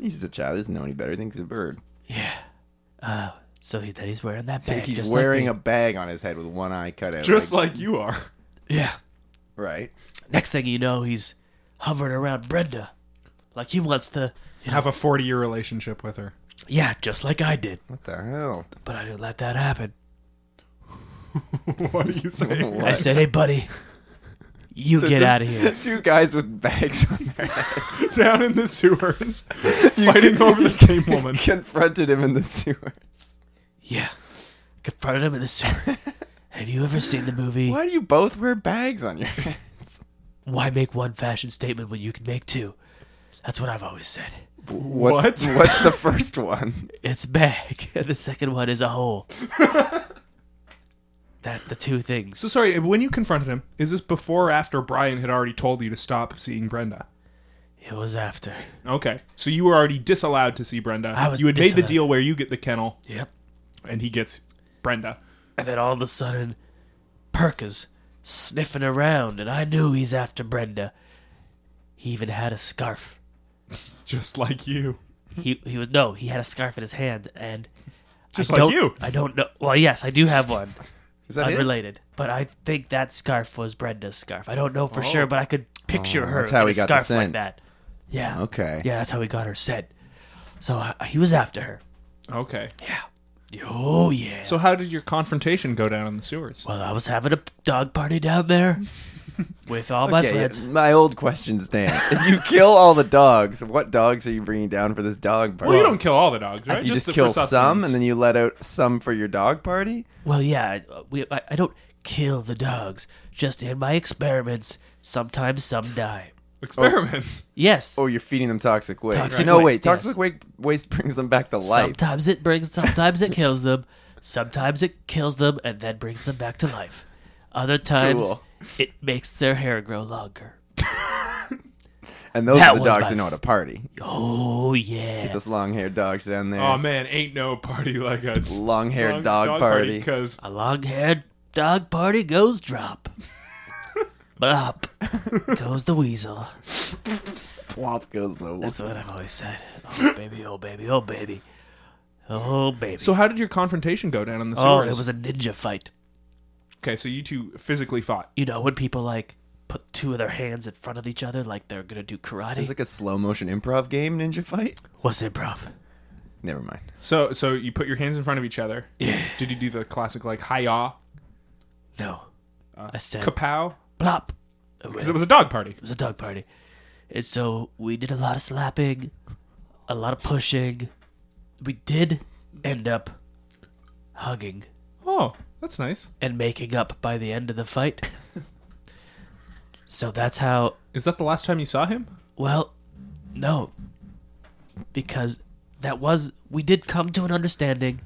[SPEAKER 3] he's a child. He doesn't know any better. He thinks he's a bird.
[SPEAKER 4] Yeah. Uh, so he, that he's wearing that
[SPEAKER 3] Like
[SPEAKER 4] bag.
[SPEAKER 3] he's
[SPEAKER 4] just
[SPEAKER 3] wearing
[SPEAKER 4] like
[SPEAKER 3] a bag on his head with one eye cut out.
[SPEAKER 1] Just like you are.
[SPEAKER 4] a. Yeah.
[SPEAKER 3] right.
[SPEAKER 4] Next thing you know, he's hovering around Brenda, like he wants to.
[SPEAKER 1] Have a 40 year relationship with her.
[SPEAKER 4] Yeah, just like I did,
[SPEAKER 3] What the hell?
[SPEAKER 4] but I didn't let that happen.
[SPEAKER 1] (laughs) what are (laughs) you saying?
[SPEAKER 4] I said, "Hey, buddy, you
[SPEAKER 3] So
[SPEAKER 4] get
[SPEAKER 3] just
[SPEAKER 4] out of here."
[SPEAKER 3] (laughs) Two guys with bags on their head
[SPEAKER 1] Down in the (laughs) sewers, (laughs)
[SPEAKER 3] (laughs)
[SPEAKER 1] fighting over (laughs) the same woman.
[SPEAKER 3] confronted him in the sewers.
[SPEAKER 4] Yeah, confronted him in the sewer. Have you ever seen the movie
[SPEAKER 3] Why do you both wear bags on your (laughs) heads?
[SPEAKER 4] "Why Make One Fashion Statement When You Can Make Two? That's what I've always said.
[SPEAKER 3] What's,
[SPEAKER 1] What?
[SPEAKER 3] (laughs) What's the first one?
[SPEAKER 4] It's bag, (laughs) and the second one is
[SPEAKER 1] (laughs)
[SPEAKER 4] a hole. That's the two things.
[SPEAKER 1] So sorry, when you confronted him, is this before or after Brian had already told you to stop seeing Brenda?
[SPEAKER 4] It was after.
[SPEAKER 1] Okay. So you were already disallowed to see Brenda.
[SPEAKER 4] I was
[SPEAKER 1] you had made the
[SPEAKER 4] disallowed.
[SPEAKER 1] deal where you get the kennel
[SPEAKER 4] Yep.
[SPEAKER 1] and he gets Brenda.
[SPEAKER 4] And then all of a sudden, Perka's sniffing around, and I knew he's after Brenda. He even had a scarf.
[SPEAKER 1] Just like you.
[SPEAKER 4] He he was no, he had a scarf in his hand, and
[SPEAKER 1] Just
[SPEAKER 4] I
[SPEAKER 1] like
[SPEAKER 4] don't-
[SPEAKER 1] you.
[SPEAKER 4] I don't know. Well, yes, I do have one,
[SPEAKER 3] Is that his?
[SPEAKER 4] unrelated, but I think that scarf was Brenda's scarf. I don't know for sure, but I could picture her
[SPEAKER 3] Oh. that's how
[SPEAKER 4] in
[SPEAKER 3] he
[SPEAKER 4] a
[SPEAKER 3] got the
[SPEAKER 4] scarf like
[SPEAKER 3] scent.
[SPEAKER 4] that. Yeah.
[SPEAKER 3] Okay.
[SPEAKER 4] Yeah, that's how he got her scent. So I, he was after her.
[SPEAKER 1] Okay.
[SPEAKER 4] Yeah. Oh yeah.
[SPEAKER 1] So how did your confrontation go down in the sewers?
[SPEAKER 4] well, I was having a dog party
[SPEAKER 3] (laughs)
[SPEAKER 4] down there with all my
[SPEAKER 3] Okay, yeah,
[SPEAKER 4] friends.
[SPEAKER 3] my old question stands. If you kill all the dogs, what dogs are you bringing down for this dog party?
[SPEAKER 1] Well, you don't kill all the dogs, right?
[SPEAKER 3] You just,
[SPEAKER 1] the
[SPEAKER 3] kill
[SPEAKER 1] for sustenance.
[SPEAKER 3] some, and then you let out some for your dog party.
[SPEAKER 4] Well, yeah, I- we, I, I don't kill the dogs. Just in my experiments, sometimes some die.
[SPEAKER 1] experiments. (laughs)
[SPEAKER 4] Yes.
[SPEAKER 3] Oh, you're feeding them toxic waste.
[SPEAKER 4] Toxic
[SPEAKER 3] no, wait,
[SPEAKER 4] waste, yes.
[SPEAKER 3] toxic waste, waste brings them back to life.
[SPEAKER 4] sometimes it brings, sometimes it kills them. Sometimes it kills them and then brings them back to life. Other times,
[SPEAKER 3] Cool.
[SPEAKER 4] it makes their hair grow longer.
[SPEAKER 3] And those
[SPEAKER 4] That
[SPEAKER 3] are the
[SPEAKER 4] was
[SPEAKER 3] dogs
[SPEAKER 4] my-
[SPEAKER 3] that know how to party.
[SPEAKER 4] Oh yeah.
[SPEAKER 3] Those long-haired dogs down there.
[SPEAKER 1] Oh
[SPEAKER 4] Um,
[SPEAKER 1] man, ain't no party like a
[SPEAKER 3] long-haired
[SPEAKER 1] long
[SPEAKER 3] dog, party.
[SPEAKER 1] because
[SPEAKER 4] A long-haired dog party goes drop. but up goes the weasel.
[SPEAKER 3] Plop goes the
[SPEAKER 4] That's what I've always said. Oh baby, oh baby, oh baby, oh baby.
[SPEAKER 1] So how did your confrontation go down in the
[SPEAKER 4] oh,
[SPEAKER 1] sewers?
[SPEAKER 4] it was a ninja fight.
[SPEAKER 1] okay, so you two physically fought.
[SPEAKER 4] you know, when people like put two of their hands in front of each other like they're gonna do karate.
[SPEAKER 3] It's like a slow-motion improv game, ninja fight.
[SPEAKER 4] What's improv?
[SPEAKER 3] Never mind.
[SPEAKER 1] So so you put your hands in front of each other.
[SPEAKER 4] Yeah.
[SPEAKER 1] Did you do the classic like hi-yah,
[SPEAKER 4] No.
[SPEAKER 3] Uh,
[SPEAKER 4] I said
[SPEAKER 1] kapow?
[SPEAKER 4] plop. It was,
[SPEAKER 1] Because it was a dog party.
[SPEAKER 4] a dog party. And so we did a lot of slapping, a lot of pushing. We did end up hugging
[SPEAKER 1] Oh, that's nice.
[SPEAKER 4] and making up by the end of the fight.
[SPEAKER 1] (laughs)
[SPEAKER 4] so that's how
[SPEAKER 1] Is that the last time you saw him?
[SPEAKER 4] Well, no. Because that was we did come to an understanding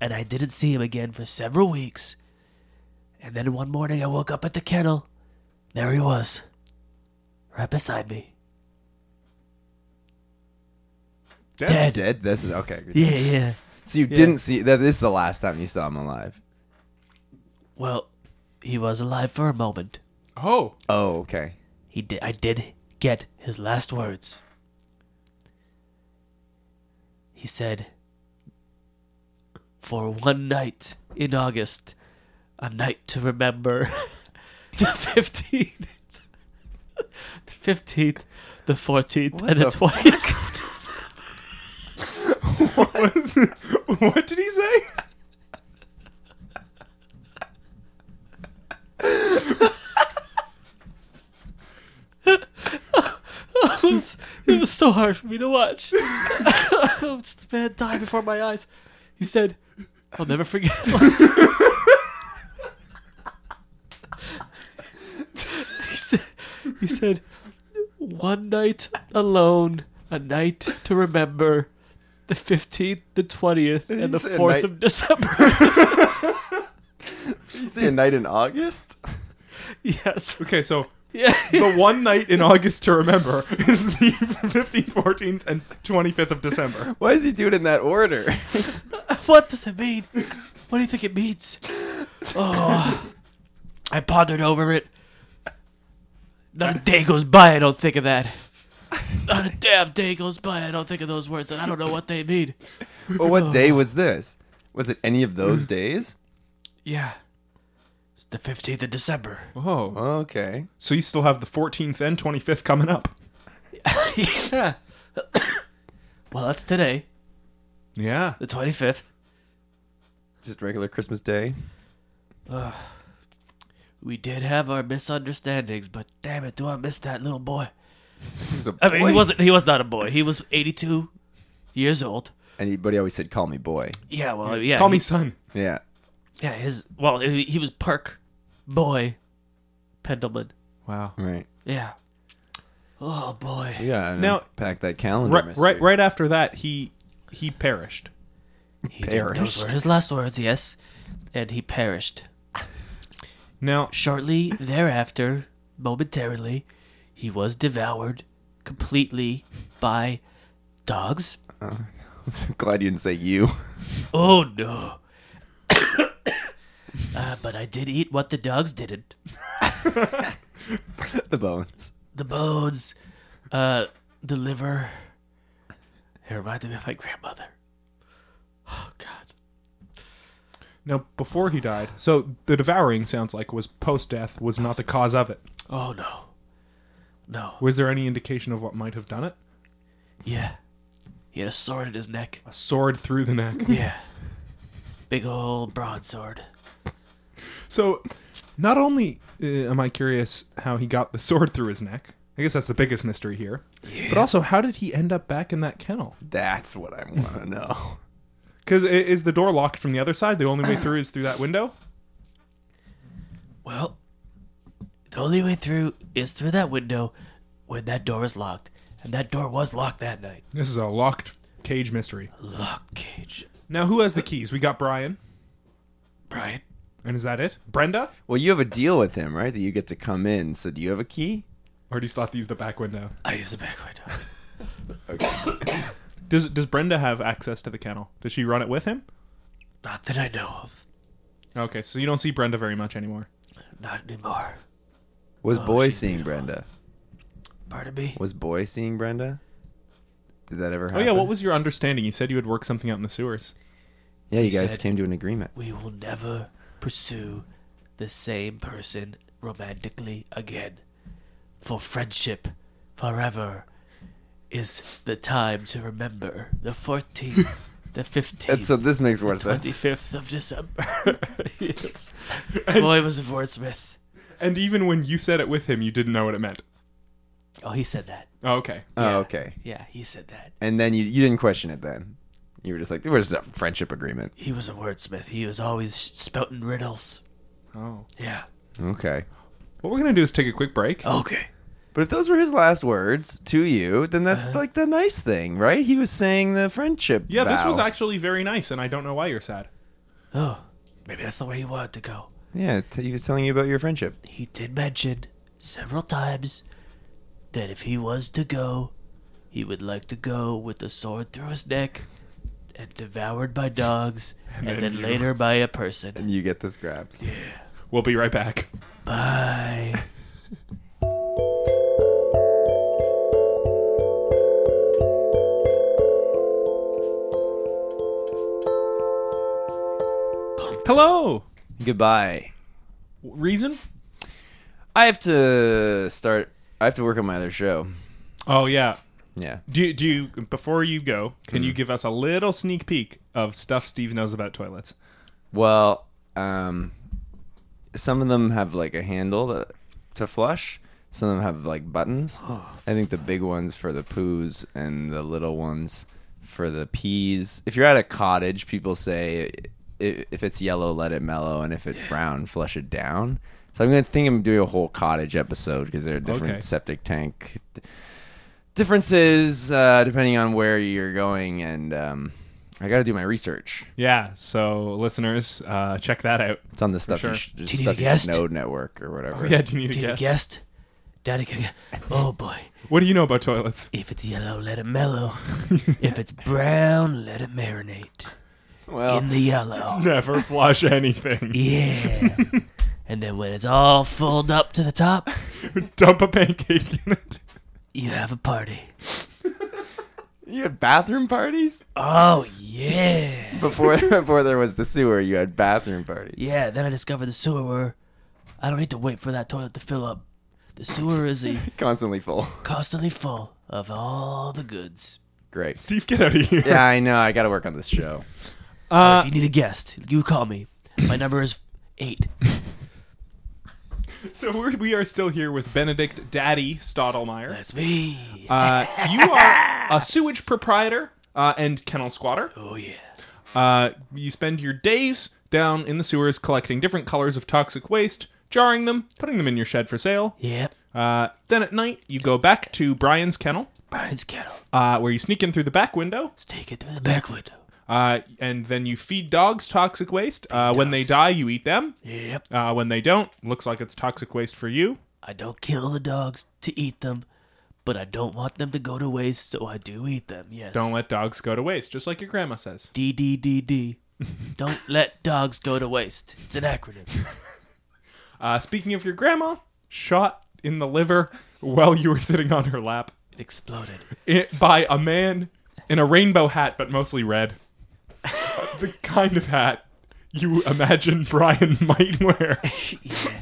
[SPEAKER 4] and I didn't see him again for several weeks. And then one morning I woke up at the kennel. There he was. Right beside me.
[SPEAKER 1] Dead.
[SPEAKER 4] Dead.
[SPEAKER 3] Dead. This is okay.
[SPEAKER 4] (laughs)
[SPEAKER 3] good.
[SPEAKER 4] Yeah, yeah.
[SPEAKER 3] So you didn't see that. This is the last time you saw him alive.
[SPEAKER 4] Well, he was alive for a moment.
[SPEAKER 1] Oh, (laughs)
[SPEAKER 3] Oh, okay.
[SPEAKER 4] He did I did get his last words. He said For one night in August, a night to remember (laughs) the fifteenth (laughs) the fifteenth, the fourteenth, and the
[SPEAKER 3] the
[SPEAKER 4] twentieth.
[SPEAKER 1] what did he say?
[SPEAKER 4] (laughs) it was so hard for me to (laughs) watch. Oh, Just the man died before my eyes. He said, I'll never forget his last words. (laughs) he, said, he said, One night alone, a night to remember. The 15th, the 20th, and the
[SPEAKER 3] He said
[SPEAKER 4] 4th
[SPEAKER 3] night-
[SPEAKER 4] of December. (laughs)
[SPEAKER 3] Did you say a night in August? (laughs)
[SPEAKER 4] yes.
[SPEAKER 1] Okay, so
[SPEAKER 4] Yeah. (laughs)
[SPEAKER 1] the one night in August to remember is the (laughs) 15th, 14th, and 25th of December.
[SPEAKER 3] Why does he do it in that order? (laughs)
[SPEAKER 4] What does it mean? What do you think it means? Oh, I pondered over it. Not a day goes by I don't think of that. Not a damn day goes by I don't think of those words, and I don't know what they mean.
[SPEAKER 3] Well,
[SPEAKER 4] (sighs)
[SPEAKER 3] what day was this? Was it any of those days?
[SPEAKER 4] Yeah. It's the 15th of December.
[SPEAKER 1] Whoa.
[SPEAKER 3] Okay.
[SPEAKER 1] So you still have the 14th and 25th coming up.
[SPEAKER 4] yeah. well, that's today,
[SPEAKER 1] Yeah.
[SPEAKER 4] the 25th.
[SPEAKER 3] Just regular Christmas Day.
[SPEAKER 4] We did have our misunderstandings, but damn it, do I miss that little boy.
[SPEAKER 3] He was a
[SPEAKER 4] I mean,
[SPEAKER 3] boy.
[SPEAKER 4] he wasn't he was not a boy. He was 82 years old.
[SPEAKER 3] Anybody always said, "Call me boy."
[SPEAKER 4] Yeah, well, yeah.
[SPEAKER 1] Call
[SPEAKER 4] he-
[SPEAKER 1] me son.
[SPEAKER 3] Yeah.
[SPEAKER 4] Yeah, his well, he, he was Perk Boy Pendleman.
[SPEAKER 1] Wow.
[SPEAKER 3] Right.
[SPEAKER 4] Yeah. Oh boy.
[SPEAKER 3] Yeah. and
[SPEAKER 1] Now-
[SPEAKER 3] pack that calendar.
[SPEAKER 1] Right,
[SPEAKER 3] mister.
[SPEAKER 1] right, right after that, he he perished.
[SPEAKER 4] He did- Those
[SPEAKER 1] Perished.
[SPEAKER 4] were his last words, yes, and he perished.
[SPEAKER 1] Now,
[SPEAKER 4] Shortly thereafter, momentarily, he was devoured completely by dogs.
[SPEAKER 3] I'm (laughs) glad you didn't say you. (laughs)
[SPEAKER 4] Oh no. (coughs) uh, but I did eat what the dogs didn't.
[SPEAKER 3] the bones.
[SPEAKER 4] the bones, uh, the liver. It reminded me of my grandmother. Oh God.
[SPEAKER 1] now before he died, so the devouring sounds like was post death was not the cause of it.
[SPEAKER 4] Oh no. No.
[SPEAKER 1] Was there any indication of what might have done it?
[SPEAKER 4] Yeah. He had a sword in his neck.
[SPEAKER 1] A sword through the (laughs) neck.
[SPEAKER 4] Yeah. Big old broadsword.
[SPEAKER 1] So, not only uh, am I curious how he got the sword through his neck. I guess that's the biggest mystery here. But also, how did he end up back in that kennel?
[SPEAKER 3] That's what I want
[SPEAKER 4] (laughs)
[SPEAKER 3] to know.
[SPEAKER 1] Because is the door locked from the other side? The only way through is through that window.
[SPEAKER 4] Well, the only way through is through that window when that door is locked. And that door was locked that night.
[SPEAKER 1] This is a locked cage mystery.
[SPEAKER 4] Lock cage.
[SPEAKER 1] Now, who has the keys? We got Brian,
[SPEAKER 4] Brian?
[SPEAKER 1] and is that it? Brenda,
[SPEAKER 3] Well, you have a deal with him, right? That you get to come in. So, do you have a key?
[SPEAKER 1] or do you still have to use the back window?
[SPEAKER 4] I use the back window.
[SPEAKER 1] Does Does Brenda have access to the kennel? Does she run it with him?
[SPEAKER 4] Not that I know of.
[SPEAKER 1] Okay, so you don't see Brenda very much anymore.
[SPEAKER 4] Not anymore.
[SPEAKER 3] Was boy
[SPEAKER 4] Oh, she's
[SPEAKER 3] seeing
[SPEAKER 4] beautiful.
[SPEAKER 3] Brenda?
[SPEAKER 4] Pardon me?
[SPEAKER 3] Was boy seeing Brenda? Did that ever
[SPEAKER 1] Oh
[SPEAKER 3] happen?
[SPEAKER 1] yeah, what was your understanding? You said you had worked something out in the sewers.
[SPEAKER 3] Yeah, you
[SPEAKER 4] He
[SPEAKER 3] guys
[SPEAKER 4] said-
[SPEAKER 3] came to an agreement.
[SPEAKER 4] we will never pursue the same person romantically again. For friendship forever is the time to remember the 14th, the 15th,
[SPEAKER 3] And so this makes more sense.
[SPEAKER 4] 25th of December. yes. (laughs) Boy was a wordsmith.
[SPEAKER 1] And even when you said it with him, you didn't know what it meant.
[SPEAKER 4] Oh, he said that.
[SPEAKER 1] Oh, okay.
[SPEAKER 3] Oh, okay.
[SPEAKER 4] Yeah, he said that.
[SPEAKER 3] And then you you didn't question it then. You were just like, there was a friendship agreement.
[SPEAKER 4] He was a wordsmith. He was always spouting riddles.
[SPEAKER 1] Oh.
[SPEAKER 4] Yeah.
[SPEAKER 3] Okay.
[SPEAKER 1] What we're gonna do is take a quick break.
[SPEAKER 4] Okay.
[SPEAKER 3] But if those were his last words to you, then that's like the nice thing, right? He was saying the friendship.
[SPEAKER 1] Uh-huh. Yeah, this was
[SPEAKER 3] vow.
[SPEAKER 1] actually very nice, and I don't know why you're sad.
[SPEAKER 4] Oh, maybe that's the way he wanted to go.
[SPEAKER 3] Yeah, t- he was telling you about your friendship.
[SPEAKER 4] he did mention several times that if he was to go, he would like to go with a sword through his neck and devoured by dogs and,
[SPEAKER 1] then
[SPEAKER 4] then
[SPEAKER 1] you.
[SPEAKER 4] later by a person.
[SPEAKER 3] (laughs) And you get the scraps.
[SPEAKER 1] We'll be right back.
[SPEAKER 4] Bye.
[SPEAKER 1] Hello.
[SPEAKER 3] Goodbye.
[SPEAKER 1] Reason?
[SPEAKER 3] I have to start. I have to work on my other show.
[SPEAKER 1] Oh yeah.
[SPEAKER 3] Yeah.
[SPEAKER 1] Do you- do you, before you go, can you give us a little sneak peek of stuff Steve knows about toilets?
[SPEAKER 3] Well, um, some of them have like a handle to, to flush. Some of them have like buttons. I think the big ones for the poos and the little ones for the peas. If you're at a cottage, people say i- if it's yellow, let it mellow, and if it's brown, flush it down. So I'm gonna think I'm doing a whole cottage episode because there are different
[SPEAKER 1] Okay.
[SPEAKER 3] septic tank differences uh, depending on where you're going, and um, I got to do my research.
[SPEAKER 1] Yeah. So listeners, uh, check that out.
[SPEAKER 3] It's on the stuff
[SPEAKER 1] sure.
[SPEAKER 3] you, Oh, sh-
[SPEAKER 4] you need
[SPEAKER 3] stuff
[SPEAKER 4] a
[SPEAKER 3] you should
[SPEAKER 4] guest?
[SPEAKER 3] know network or whatever.
[SPEAKER 1] Yeah. Do you need a
[SPEAKER 4] Did you
[SPEAKER 1] guess?
[SPEAKER 4] guess? Daddy can. Oh boy.
[SPEAKER 1] What do you know about toilets?
[SPEAKER 4] If it's yellow, let it mellow. if it's brown, let it marinate.
[SPEAKER 3] Well,
[SPEAKER 4] in the yellow.
[SPEAKER 1] Never flush anything.
[SPEAKER 4] Yeah. and then when it's all filled up to the top,
[SPEAKER 1] (laughs) Dump a pancake in it.
[SPEAKER 4] you have a party.
[SPEAKER 3] you had bathroom (laughs) parties
[SPEAKER 4] Oh yeah.
[SPEAKER 3] before before there was the sewer. You had bathroom parties. (laughs)
[SPEAKER 4] Yeah, then I discovered the sewer where I don't need to wait for that toilet to fill up. The sewer is a
[SPEAKER 3] Constantly full. (laughs)
[SPEAKER 4] constantly full of all the goods.
[SPEAKER 3] Great.
[SPEAKER 1] Steve, get out of here.
[SPEAKER 3] Yeah, I know. I got to work on this show.
[SPEAKER 1] Uh,
[SPEAKER 4] if you need a guest, you call me. My number is eight.
[SPEAKER 1] so we're, we are still here with Benedict Daddy Stottlemyre.
[SPEAKER 4] That's me.
[SPEAKER 1] Uh, you are a sewage proprietor uh, and kennel squatter.
[SPEAKER 4] oh yeah.
[SPEAKER 1] Uh, you spend your days down in the sewers collecting different colors of toxic waste, jarring them, putting them in your shed for sale.
[SPEAKER 4] Yep.
[SPEAKER 1] Uh, then at night, you go back to Brian's kennel,
[SPEAKER 4] Brian's kettle.
[SPEAKER 1] uh, where you sneak in through the back window,
[SPEAKER 4] Take it through the back window.
[SPEAKER 1] uh, and then you feed dogs toxic waste. Uh, when they die, you eat them.
[SPEAKER 4] Yep.
[SPEAKER 1] Uh, when they don't, looks like it's toxic waste for you.
[SPEAKER 4] I don't kill the dogs to eat them, but I don't want them to go to waste, so I do eat them. Yes.
[SPEAKER 1] Don't let dogs go to waste, just like your grandma says.
[SPEAKER 4] D D
[SPEAKER 1] (laughs)
[SPEAKER 4] D D. Don't let dogs go to waste. It's an acronym.
[SPEAKER 1] Uh, speaking of your grandma, shot in the liver while you were sitting on her lap
[SPEAKER 4] It exploded.
[SPEAKER 1] it, by a man in a rainbow hat, but mostly red. (laughs) the kind of hat you imagine Brian (laughs) might wear.
[SPEAKER 4] Yeah.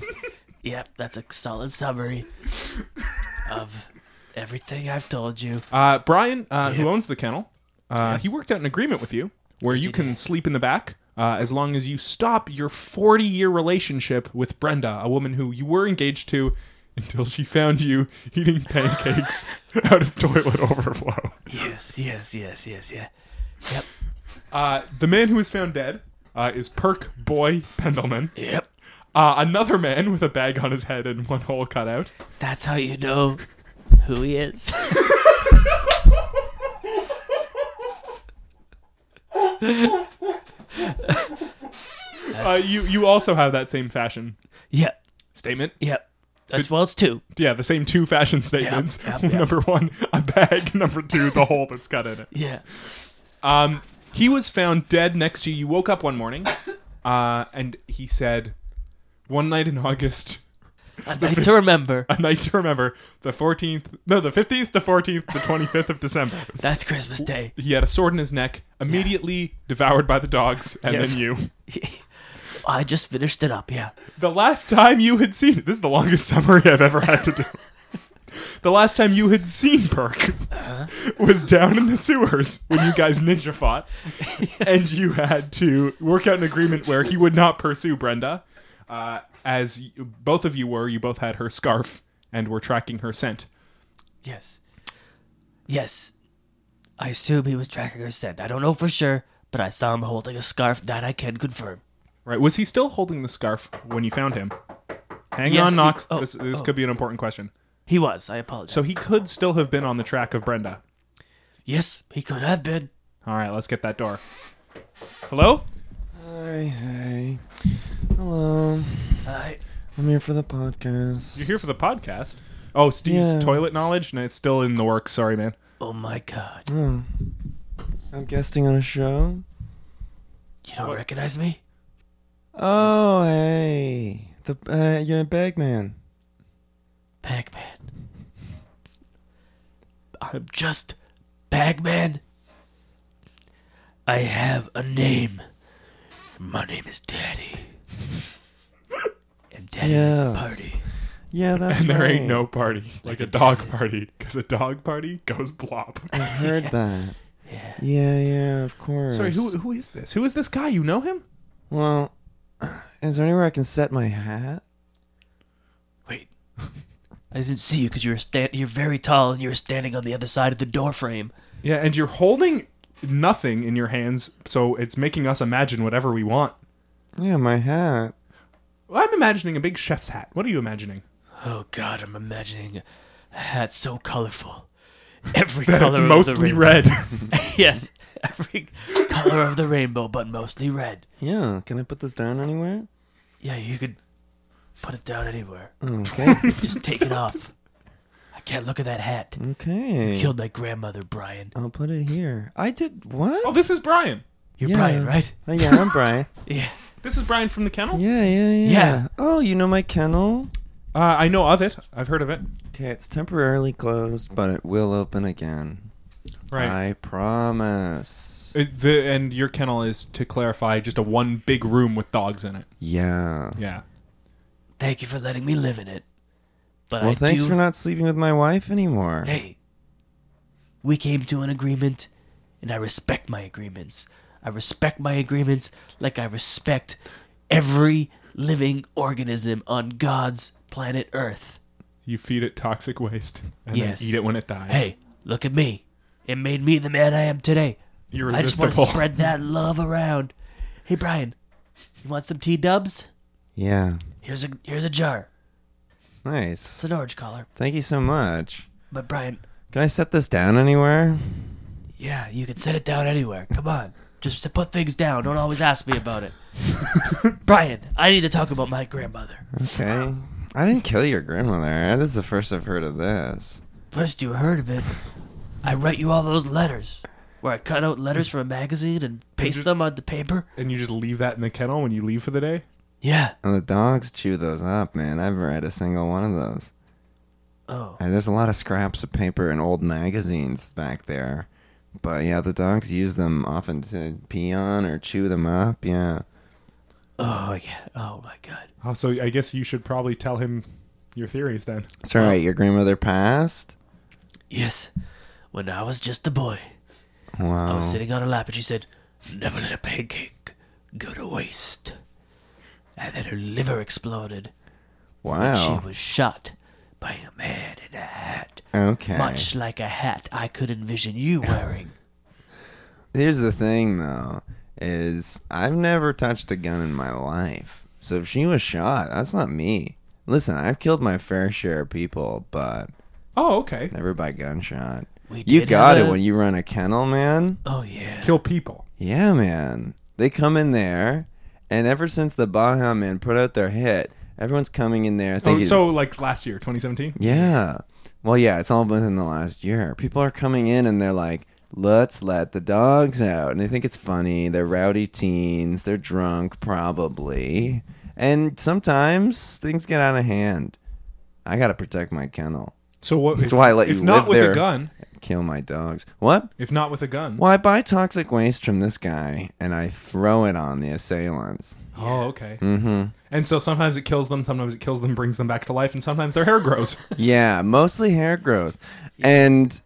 [SPEAKER 4] yep, that's a solid summary of everything I've told you.
[SPEAKER 1] Uh, Brian, uh, who owns the kennel, uh, he worked out an agreement with you where you
[SPEAKER 4] he
[SPEAKER 1] can
[SPEAKER 4] did.
[SPEAKER 1] sleep in the back uh, as long as you stop your 40 year relationship with Brenda, a woman who you were engaged to until she found you eating
[SPEAKER 4] (laughs)
[SPEAKER 1] pancakes out of toilet overflow.
[SPEAKER 4] Yes, yes, yes, yes, yeah.
[SPEAKER 1] Uh, the man who was found dead uh, is Perk Boy Pendelman,
[SPEAKER 4] Yep.
[SPEAKER 1] uh, another man with a bag on his head and one hole cut out.
[SPEAKER 4] That's how you know who he is.
[SPEAKER 1] Uh, you, you also have that same fashion
[SPEAKER 4] (laughs) yep,
[SPEAKER 1] statement.
[SPEAKER 4] yep. That's well, it's two.
[SPEAKER 1] Yeah, the same two fashion statements.
[SPEAKER 4] Yep, yep,
[SPEAKER 1] (laughs)
[SPEAKER 4] yep.
[SPEAKER 1] number one, a bag. (laughs) Number two, the hole that's cut in it.
[SPEAKER 4] Yeah.
[SPEAKER 1] Um, he was found dead next to you. You woke up one morning, uh, and he said, "One night in August, (laughs)
[SPEAKER 4] A night to (laughs) remember.
[SPEAKER 1] a night to remember, the fourteenth, no, the fifteenth, the fourteenth, the twenty-fifth of December."
[SPEAKER 4] That's Christmas Day.
[SPEAKER 1] He had a sword in his neck, immediately devoured by the dogs, and
[SPEAKER 4] Yes.
[SPEAKER 1] then you.
[SPEAKER 4] I just finished it up, yeah.
[SPEAKER 1] (laughs) The last time you had seen this is the longest (laughs) summary I've ever had to do. the last time you had seen Perk
[SPEAKER 4] Uh-huh.
[SPEAKER 1] was down in the sewers when you guys ninja
[SPEAKER 4] (laughs)
[SPEAKER 1] fought, and you had to work out an agreement where he would not pursue Brenda, uh, as y- both of you were. You both had her scarf and were tracking her scent.
[SPEAKER 4] Yes. Yes. I assume he was tracking her scent. I don't know for sure, but I saw him holding a scarf that I can confirm.
[SPEAKER 1] Right? Was he still holding the scarf when you found him? Hang
[SPEAKER 4] Yes,
[SPEAKER 1] on,
[SPEAKER 4] he-
[SPEAKER 1] Knox.
[SPEAKER 4] oh,
[SPEAKER 1] this this
[SPEAKER 4] oh.
[SPEAKER 1] could be an important question.
[SPEAKER 4] He was. I apologize.
[SPEAKER 1] So he could still have been on the track of Brenda.
[SPEAKER 4] yes, he could have been.
[SPEAKER 1] All right, let's get that door. Hello?
[SPEAKER 3] Hi, hey. Hello.
[SPEAKER 4] I,
[SPEAKER 3] I'm here for the podcast.
[SPEAKER 1] You're here for the podcast. Oh, Steve's
[SPEAKER 3] Yeah.
[SPEAKER 1] toilet knowledge? No, it's still in the works. Sorry, man. (laughs)
[SPEAKER 4] oh my god.
[SPEAKER 3] Oh. I'm guesting on a show.
[SPEAKER 4] You don't recognize me?
[SPEAKER 3] Oh, hey. The uh, you're a bagman.
[SPEAKER 4] Pac-Man. I'm just Pac-Man. I have a name. My name is Daddy. And Daddy likes to
[SPEAKER 3] Yes.
[SPEAKER 4] party.
[SPEAKER 3] Yeah,
[SPEAKER 1] (laughs)
[SPEAKER 3] that's
[SPEAKER 1] And there
[SPEAKER 3] right.
[SPEAKER 1] ain't no party like a dog party because a dog party goes blop. (laughs)
[SPEAKER 3] I heard that.
[SPEAKER 4] Yeah.
[SPEAKER 3] Yeah, yeah, of course.
[SPEAKER 1] Sorry, who who is this? Who is this guy? You know him?
[SPEAKER 3] Well, is there anywhere I can set my hat?
[SPEAKER 4] Wait. I didn't see you because you were stand- you're very tall and you were standing on the other side of the door frame.
[SPEAKER 1] Yeah, and you're holding nothing in your hands, so it's making us imagine whatever we want.
[SPEAKER 3] Yeah, my hat.
[SPEAKER 1] Well, I'm imagining a big chef's hat. What are you imagining?
[SPEAKER 4] Oh god, I'm imagining a hat so colorful. Every
[SPEAKER 1] That
[SPEAKER 4] color
[SPEAKER 1] it's
[SPEAKER 4] of the
[SPEAKER 1] mostly
[SPEAKER 4] rainbow.
[SPEAKER 1] red.
[SPEAKER 4] (laughs) yes, every color of the rainbow, but mostly red.
[SPEAKER 3] Yeah, can I put this down anywhere?
[SPEAKER 4] Yeah, you could put it down anywhere. (laughs)
[SPEAKER 3] Okay.
[SPEAKER 4] Just take it
[SPEAKER 3] (laughs)
[SPEAKER 4] off. I can't look at that hat.
[SPEAKER 3] okay.
[SPEAKER 4] Killed my grandmother, Brian.
[SPEAKER 3] I'll put it here. I did what?
[SPEAKER 4] Oh,
[SPEAKER 1] oh, this is Brian.
[SPEAKER 4] You're Brian, right?
[SPEAKER 3] yeah, I'm
[SPEAKER 4] (laughs)
[SPEAKER 3] Brian.
[SPEAKER 4] Yeah.
[SPEAKER 1] This is Brian from the kennel.
[SPEAKER 3] Yeah, yeah, yeah.
[SPEAKER 4] Yeah.
[SPEAKER 3] Oh, you know my kennel?
[SPEAKER 1] Uh, I know of it. I've heard of it.
[SPEAKER 3] Okay, it's temporarily closed, but it will open again. I promise.
[SPEAKER 1] Uh, The and your kennel is to clarify just a one big room with dogs in it.
[SPEAKER 3] Yeah.
[SPEAKER 1] Yeah.
[SPEAKER 4] Thank you for letting me live in it. But
[SPEAKER 3] Well,
[SPEAKER 4] I
[SPEAKER 3] thanks
[SPEAKER 4] do.
[SPEAKER 3] for not sleeping with my wife anymore.
[SPEAKER 4] Hey, we came to an agreement, and I respect my agreements. I respect my agreements like I respect every living organism on God's planet Earth.
[SPEAKER 1] You feed it toxic waste and
[SPEAKER 4] Yes.
[SPEAKER 1] then eat it when it dies.
[SPEAKER 4] Hey, look at me. It made me the man I am today.
[SPEAKER 1] you're
[SPEAKER 4] I just want to
[SPEAKER 1] resistible.
[SPEAKER 4] spread that love around. Hey, Brian, you want some tea dubs?
[SPEAKER 3] Yeah.
[SPEAKER 4] Here's a here's a jar. It's
[SPEAKER 3] Nice.
[SPEAKER 4] an orange collar.
[SPEAKER 3] Thank you so much.
[SPEAKER 4] But Brian,
[SPEAKER 3] Can I set this down anywhere?
[SPEAKER 4] yeah, you can set it down anywhere. Come on, just s- put things down. Don't always ask me about it. Brian, I need to talk about my grandmother.
[SPEAKER 3] Okay. I didn't kill your grandmother. This is the first I've heard of this.
[SPEAKER 4] First, you heard of it. I write you all those letters, where I cut out letters from a magazine and paste them on the paper.
[SPEAKER 1] and you just leave that in the kennel when you leave for the day?
[SPEAKER 4] Yeah.
[SPEAKER 3] And the dogs chew those up, man. I haven't read a single one of those.
[SPEAKER 4] Oh,
[SPEAKER 3] And there's a lot of scraps of paper and old magazines back there. But yeah, the dogs use them often to pee on or chew them up. Yeah.
[SPEAKER 4] oh yeah. Oh my God.
[SPEAKER 1] Oh, so I guess you should probably tell him your theories then.
[SPEAKER 3] Sorry, your grandmother passed?
[SPEAKER 4] Yes. When I was just a boy, I
[SPEAKER 3] Wow.
[SPEAKER 4] was sitting on her lap and she said, Never let a pancake go to waste. And then her liver exploded. and
[SPEAKER 3] wow.
[SPEAKER 4] She was shot by a man in a hat.
[SPEAKER 3] Okay.
[SPEAKER 4] Much like a hat I could envision you wearing.
[SPEAKER 3] Here's the thing, though, is I've never touched a gun in my life. So if she was shot, that's not me. Listen, I've killed my fair share of people, but
[SPEAKER 1] Oh, okay.
[SPEAKER 3] never by gunshot.
[SPEAKER 4] We
[SPEAKER 3] You
[SPEAKER 4] did
[SPEAKER 3] got
[SPEAKER 4] have
[SPEAKER 3] it
[SPEAKER 4] a-
[SPEAKER 3] when you run a kennel, man.
[SPEAKER 4] Oh, yeah.
[SPEAKER 1] Kill people.
[SPEAKER 3] Yeah, man. They come in there, and ever since the Baja Men put out their hit, everyone's coming in there
[SPEAKER 1] Oh,
[SPEAKER 3] thinking.
[SPEAKER 1] so like last year, 2017?
[SPEAKER 3] Yeah. Well, yeah, it's all within the last year. People are coming in and they're like, let's let the dogs out. And they think it's funny. They're rowdy teens. They're drunk, probably. And sometimes things get out of hand. I got to protect my kennel.
[SPEAKER 1] So what?
[SPEAKER 3] That's
[SPEAKER 1] if,
[SPEAKER 3] why I let
[SPEAKER 1] if
[SPEAKER 3] you
[SPEAKER 1] not
[SPEAKER 3] live
[SPEAKER 1] with
[SPEAKER 3] there.
[SPEAKER 1] a gun,
[SPEAKER 3] Kill my dogs. What?
[SPEAKER 1] if not with a gun.
[SPEAKER 3] Well, I buy toxic waste from this guy and I throw it on the assailants.
[SPEAKER 1] Oh, okay. Mm-hmm. And so sometimes it kills them, sometimes it kills them, brings them back to life, and sometimes their hair
[SPEAKER 3] (laughs)
[SPEAKER 1] grows.
[SPEAKER 3] Yeah, mostly hair growth. And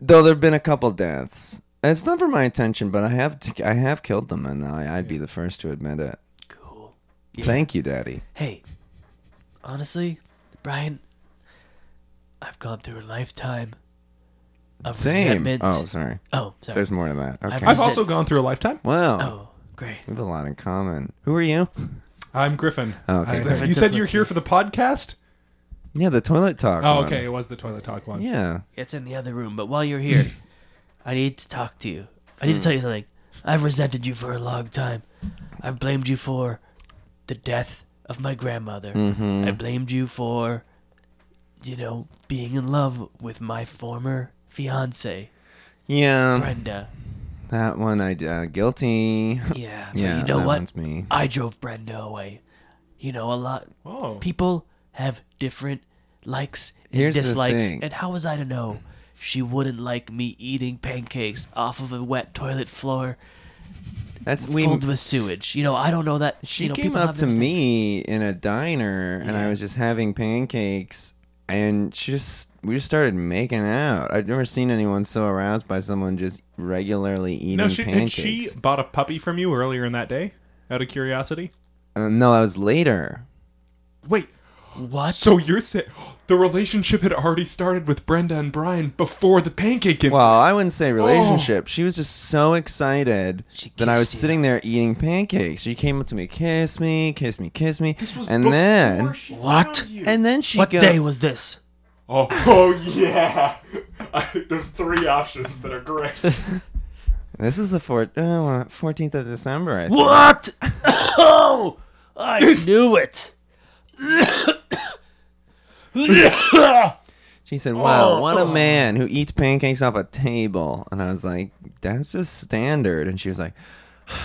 [SPEAKER 3] though there've been a couple deaths, and it's not for my intention, but I have t- I have killed them, and I, I'd be the first to admit it.
[SPEAKER 4] Cool.
[SPEAKER 3] Thank you, Daddy.
[SPEAKER 4] Hey, honestly, Brian, I've gone through a lifetime of
[SPEAKER 3] Same.
[SPEAKER 4] resentment.
[SPEAKER 3] Oh, sorry.
[SPEAKER 4] Oh, sorry.
[SPEAKER 3] There's more to that. Okay.
[SPEAKER 1] I've
[SPEAKER 4] Is it-
[SPEAKER 1] also gone through a lifetime.
[SPEAKER 3] wow.
[SPEAKER 4] Oh, great.
[SPEAKER 3] We have a lot in common. Who are you?
[SPEAKER 1] I'm Griffin.
[SPEAKER 3] Oh, okay.
[SPEAKER 1] I-
[SPEAKER 3] Griffin
[SPEAKER 1] you said
[SPEAKER 4] took
[SPEAKER 1] you're
[SPEAKER 4] us
[SPEAKER 1] here for the podcast?
[SPEAKER 3] Yeah, the toilet talk.
[SPEAKER 1] Oh,
[SPEAKER 3] one.
[SPEAKER 1] okay. It was the toilet talk one.
[SPEAKER 3] Yeah.
[SPEAKER 4] It's in the other room, but while
[SPEAKER 3] (laughs)
[SPEAKER 4] you're here, I need to talk to you. I
[SPEAKER 3] Hmm.
[SPEAKER 4] need to tell you something. I've resented you for a long time. I've blamed you for the death of my grandmother.
[SPEAKER 3] Mm-hmm.
[SPEAKER 4] I blamed you for, you know, being in love with my former
[SPEAKER 3] (laughs)
[SPEAKER 4] fiance,
[SPEAKER 3] Yeah.
[SPEAKER 4] Brenda.
[SPEAKER 3] That one I d- uh, guilty.
[SPEAKER 4] Yeah. but
[SPEAKER 3] yeah.
[SPEAKER 4] you know
[SPEAKER 3] that
[SPEAKER 4] what?
[SPEAKER 3] One's me.
[SPEAKER 4] I drove Brenda away. You know, a lot.
[SPEAKER 1] Oh.
[SPEAKER 4] People have different likes and
[SPEAKER 3] Here's the
[SPEAKER 4] dislikes,
[SPEAKER 3] thing.
[SPEAKER 4] and how was I to know she wouldn't like me eating pancakes off of a wet toilet floor
[SPEAKER 3] That's we.
[SPEAKER 4] filled with sewage? You know, I don't know that.
[SPEAKER 3] She
[SPEAKER 4] you know,
[SPEAKER 3] came
[SPEAKER 4] people
[SPEAKER 3] up
[SPEAKER 4] have
[SPEAKER 3] to
[SPEAKER 4] their things.
[SPEAKER 3] me in a diner, and I was just having pancakes, and she just we just started making out. I've never seen anyone so aroused by someone just regularly eating
[SPEAKER 1] No, she, and
[SPEAKER 3] pancakes.
[SPEAKER 1] she bought a puppy from you earlier in that day, out of curiosity.
[SPEAKER 3] Uh, no, that was later.
[SPEAKER 1] Wait,
[SPEAKER 4] What?
[SPEAKER 1] so you're saying (gasps) the relationship had already started with Brenda and Brian before the pancake incident?
[SPEAKER 3] Well, I wouldn't
[SPEAKER 1] Oh.
[SPEAKER 3] say relationship. She was just so excited
[SPEAKER 4] She
[SPEAKER 3] that I was
[SPEAKER 4] kissed you.
[SPEAKER 3] sitting there eating pancakes. She came up to me, kiss me, kiss me, kiss me,
[SPEAKER 1] This was
[SPEAKER 3] and
[SPEAKER 1] before
[SPEAKER 3] then
[SPEAKER 1] she
[SPEAKER 4] What?
[SPEAKER 1] found you.
[SPEAKER 3] and then she
[SPEAKER 4] what
[SPEAKER 3] go-
[SPEAKER 4] day was this?
[SPEAKER 1] oh, oh yeah. (laughs) There's three options that are
[SPEAKER 3] (laughs)
[SPEAKER 1] great.
[SPEAKER 3] This is the uh, fourteenth of December. I think.
[SPEAKER 4] What? (coughs) oh,
[SPEAKER 3] (coughs)
[SPEAKER 4] I knew it. (coughs)
[SPEAKER 3] She said, "Wow,
[SPEAKER 4] Oh.
[SPEAKER 3] what a man who eats pancakes off a table." And I was like, (sighs) "That's just standard." And she was like,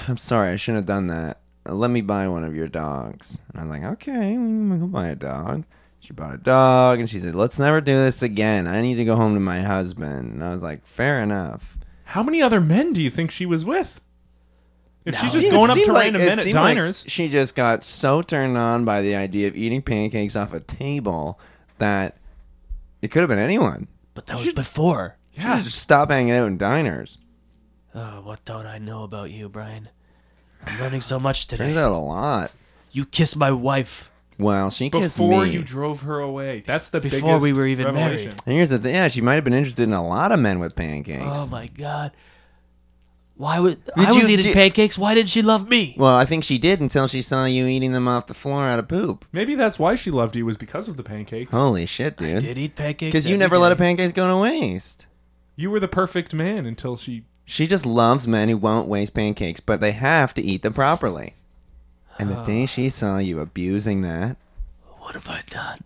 [SPEAKER 3] I'm sorry, I shouldn't have done that. Uh, Let me buy one of your dogs. And I'm like, okay, I'm gonna go buy a dog. She bought a dog, and she said, let's never do this again. I need to go home to my husband. And I was like, fair enough.
[SPEAKER 1] How many other men do you think she was with? If she's
[SPEAKER 3] It
[SPEAKER 1] just going up
[SPEAKER 3] seemed
[SPEAKER 1] to
[SPEAKER 3] like-
[SPEAKER 1] random
[SPEAKER 3] it
[SPEAKER 1] men at
[SPEAKER 3] seemed like
[SPEAKER 1] diners,
[SPEAKER 3] she just got so turned on by the idea of eating pancakes off a table that it could have been anyone.
[SPEAKER 4] But that was before.
[SPEAKER 3] She should just stop hanging out in diners.
[SPEAKER 4] Oh, what don't I know about you, Brian? I'm learning so much
[SPEAKER 3] Turns
[SPEAKER 4] today.
[SPEAKER 3] out a lot.
[SPEAKER 4] You kissed my wife.
[SPEAKER 3] Well, she kissed
[SPEAKER 1] before
[SPEAKER 3] me.
[SPEAKER 1] you drove her away. That's the
[SPEAKER 4] Before
[SPEAKER 1] biggest
[SPEAKER 4] we were even
[SPEAKER 1] revelation.
[SPEAKER 4] married.
[SPEAKER 3] and here's the thing. Yeah, she might have been interested in a lot of men with pancakes.
[SPEAKER 4] Oh my god. Why would
[SPEAKER 3] Did
[SPEAKER 4] I was
[SPEAKER 3] you-
[SPEAKER 4] eating
[SPEAKER 3] did-
[SPEAKER 4] pancakes? Why didn't she love me?
[SPEAKER 3] Well, I think she did until she saw you eating them off the floor out of poop.
[SPEAKER 1] Maybe that's why she loved you was because of the pancakes.
[SPEAKER 3] Holy shit, dude.
[SPEAKER 4] Did eat pancakes?
[SPEAKER 3] Because you
[SPEAKER 4] every
[SPEAKER 3] never let
[SPEAKER 4] day.
[SPEAKER 3] a pancake go to waste.
[SPEAKER 1] You were the perfect man until she.
[SPEAKER 3] She just loves men who won't waste pancakes, but they have to eat them properly. And the
[SPEAKER 1] (sighs)
[SPEAKER 3] day she saw you abusing that,
[SPEAKER 4] What have I done?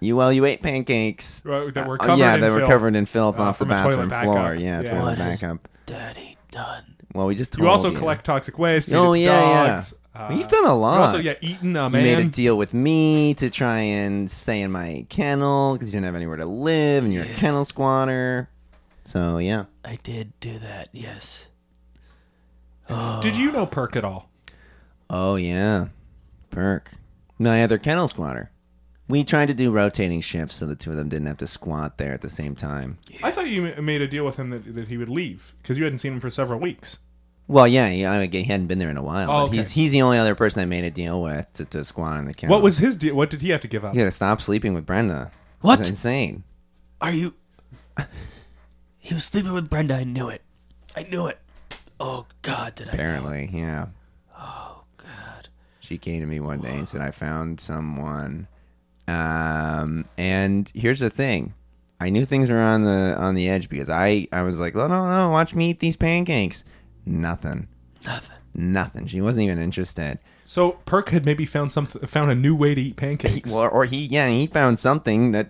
[SPEAKER 3] you well, you ate pancakes.
[SPEAKER 1] Right, that were
[SPEAKER 3] Uh,
[SPEAKER 1] covered
[SPEAKER 3] yeah,
[SPEAKER 1] in
[SPEAKER 3] that were
[SPEAKER 1] filth.
[SPEAKER 3] covered in filth
[SPEAKER 1] Uh,
[SPEAKER 3] off the
[SPEAKER 1] from a toilet
[SPEAKER 3] bathroom
[SPEAKER 1] backup.
[SPEAKER 3] floor. Yeah,
[SPEAKER 1] Yeah.
[SPEAKER 3] toilet
[SPEAKER 4] What is-
[SPEAKER 3] backup.
[SPEAKER 4] Daddy done.
[SPEAKER 3] Well, we just told
[SPEAKER 1] You also
[SPEAKER 3] you.
[SPEAKER 1] collect toxic waste. feed
[SPEAKER 3] Oh
[SPEAKER 1] its
[SPEAKER 3] yeah,
[SPEAKER 1] dogs.
[SPEAKER 3] yeah.
[SPEAKER 1] Uh,
[SPEAKER 3] You've done a
[SPEAKER 1] but
[SPEAKER 3] lot.
[SPEAKER 1] also, yeah, eating a
[SPEAKER 3] You made a
[SPEAKER 1] man.
[SPEAKER 3] deal with me to try and stay in my kennel because you didn't have anywhere to live, and you're a kennel squatter. So yeah,
[SPEAKER 4] I did do that. Yes.
[SPEAKER 1] Did you know Perk at all?
[SPEAKER 3] oh yeah, perk. My other kennel squatter. We tried to do rotating shifts so the two of them didn't have to squat there at the same time.
[SPEAKER 1] I thought you ma- made a deal with him that, that he would leave because you hadn't seen him for several weeks.
[SPEAKER 3] Well, yeah, he, I mean, he hadn't been there in a while.
[SPEAKER 1] Oh,
[SPEAKER 3] but he's
[SPEAKER 1] okay.
[SPEAKER 3] he's the only other person I made a deal with to, to squat on the kennel.
[SPEAKER 1] What was his deal? What did he have to give up?
[SPEAKER 3] He had to stop sleeping with Brenda.
[SPEAKER 4] What?
[SPEAKER 3] It's insane.
[SPEAKER 4] Are you? (laughs) he was sleeping with Brenda. I knew it. I knew it. Oh God, did I?
[SPEAKER 3] Apparently, yeah.
[SPEAKER 4] God.
[SPEAKER 3] She came to me one day and said, I found someone. Um, and here's the thing. I knew things were on the on the edge because I, I was like, no, no, no, watch me eat these pancakes. Nothing.
[SPEAKER 4] Nothing.
[SPEAKER 3] Nothing. She wasn't even interested.
[SPEAKER 1] So Perk had maybe found something, found a new way to eat pancakes.
[SPEAKER 3] Well, or he, yeah, he found something that,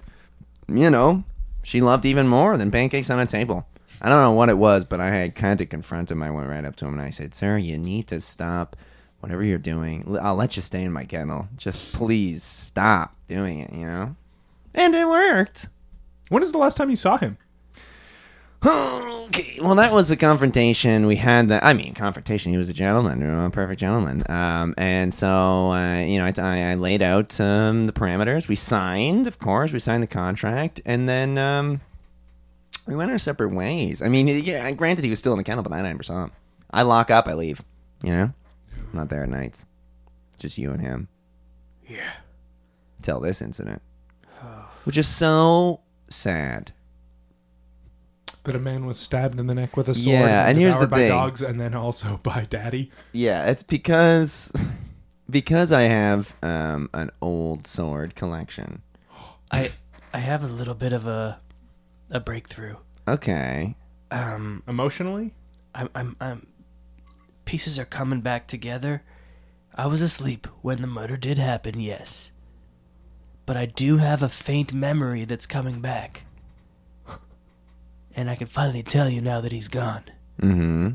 [SPEAKER 3] you know, she loved even more than pancakes on a table. I don't know what it was, but I had kind of confronted him. I went right up to him and I said, Sir, you need to stop whatever you're doing. L- I'll let you stay in my kennel. Just please stop doing it, you know? And it worked.
[SPEAKER 1] When is the last time you saw him?
[SPEAKER 3] okay. Well, that was a confrontation. We had that. I mean, confrontation. He was a gentleman, you know, a perfect gentleman. Um, and so, uh, you know, I, I, I laid out um, the parameters. We signed, of course. We signed the contract, and then um, we went our separate ways. I mean, yeah. Granted, he was still in the kennel, but I never saw him. I lock up. I leave. You know, I'm not there at nights. Just you and him.
[SPEAKER 4] Yeah.
[SPEAKER 3] Till this incident, which is so sad.
[SPEAKER 1] That a man was stabbed in the neck with a sword.
[SPEAKER 3] Yeah, and here's the
[SPEAKER 1] devoured by
[SPEAKER 3] thing.
[SPEAKER 1] dogs, and then also (laughs) by daddy.
[SPEAKER 3] Yeah, it's because because I have um, an old sword collection.
[SPEAKER 4] I I have a little bit of a a breakthrough.
[SPEAKER 3] Okay.
[SPEAKER 4] Um,
[SPEAKER 1] Emotionally,
[SPEAKER 4] I'm I'm I'm pieces are coming back together. I was asleep when the murder did happen. Yes. But I do have a faint memory that's coming back. And I can finally tell you now that he's gone.
[SPEAKER 3] Mm-hmm.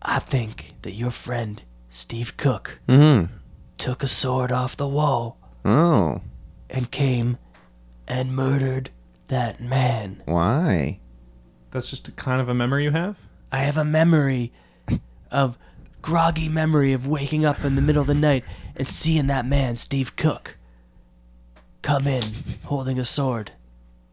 [SPEAKER 4] I think that your friend, Steve Cook,
[SPEAKER 3] Mm-hmm.
[SPEAKER 4] took a sword off the wall
[SPEAKER 3] Oh,
[SPEAKER 4] and came and murdered that man.
[SPEAKER 3] why?
[SPEAKER 1] that's just kind of a memory you have.
[SPEAKER 4] I have a memory of groggy memory of waking up in the middle of the night and seeing that man, Steve Cook, come in holding a sword.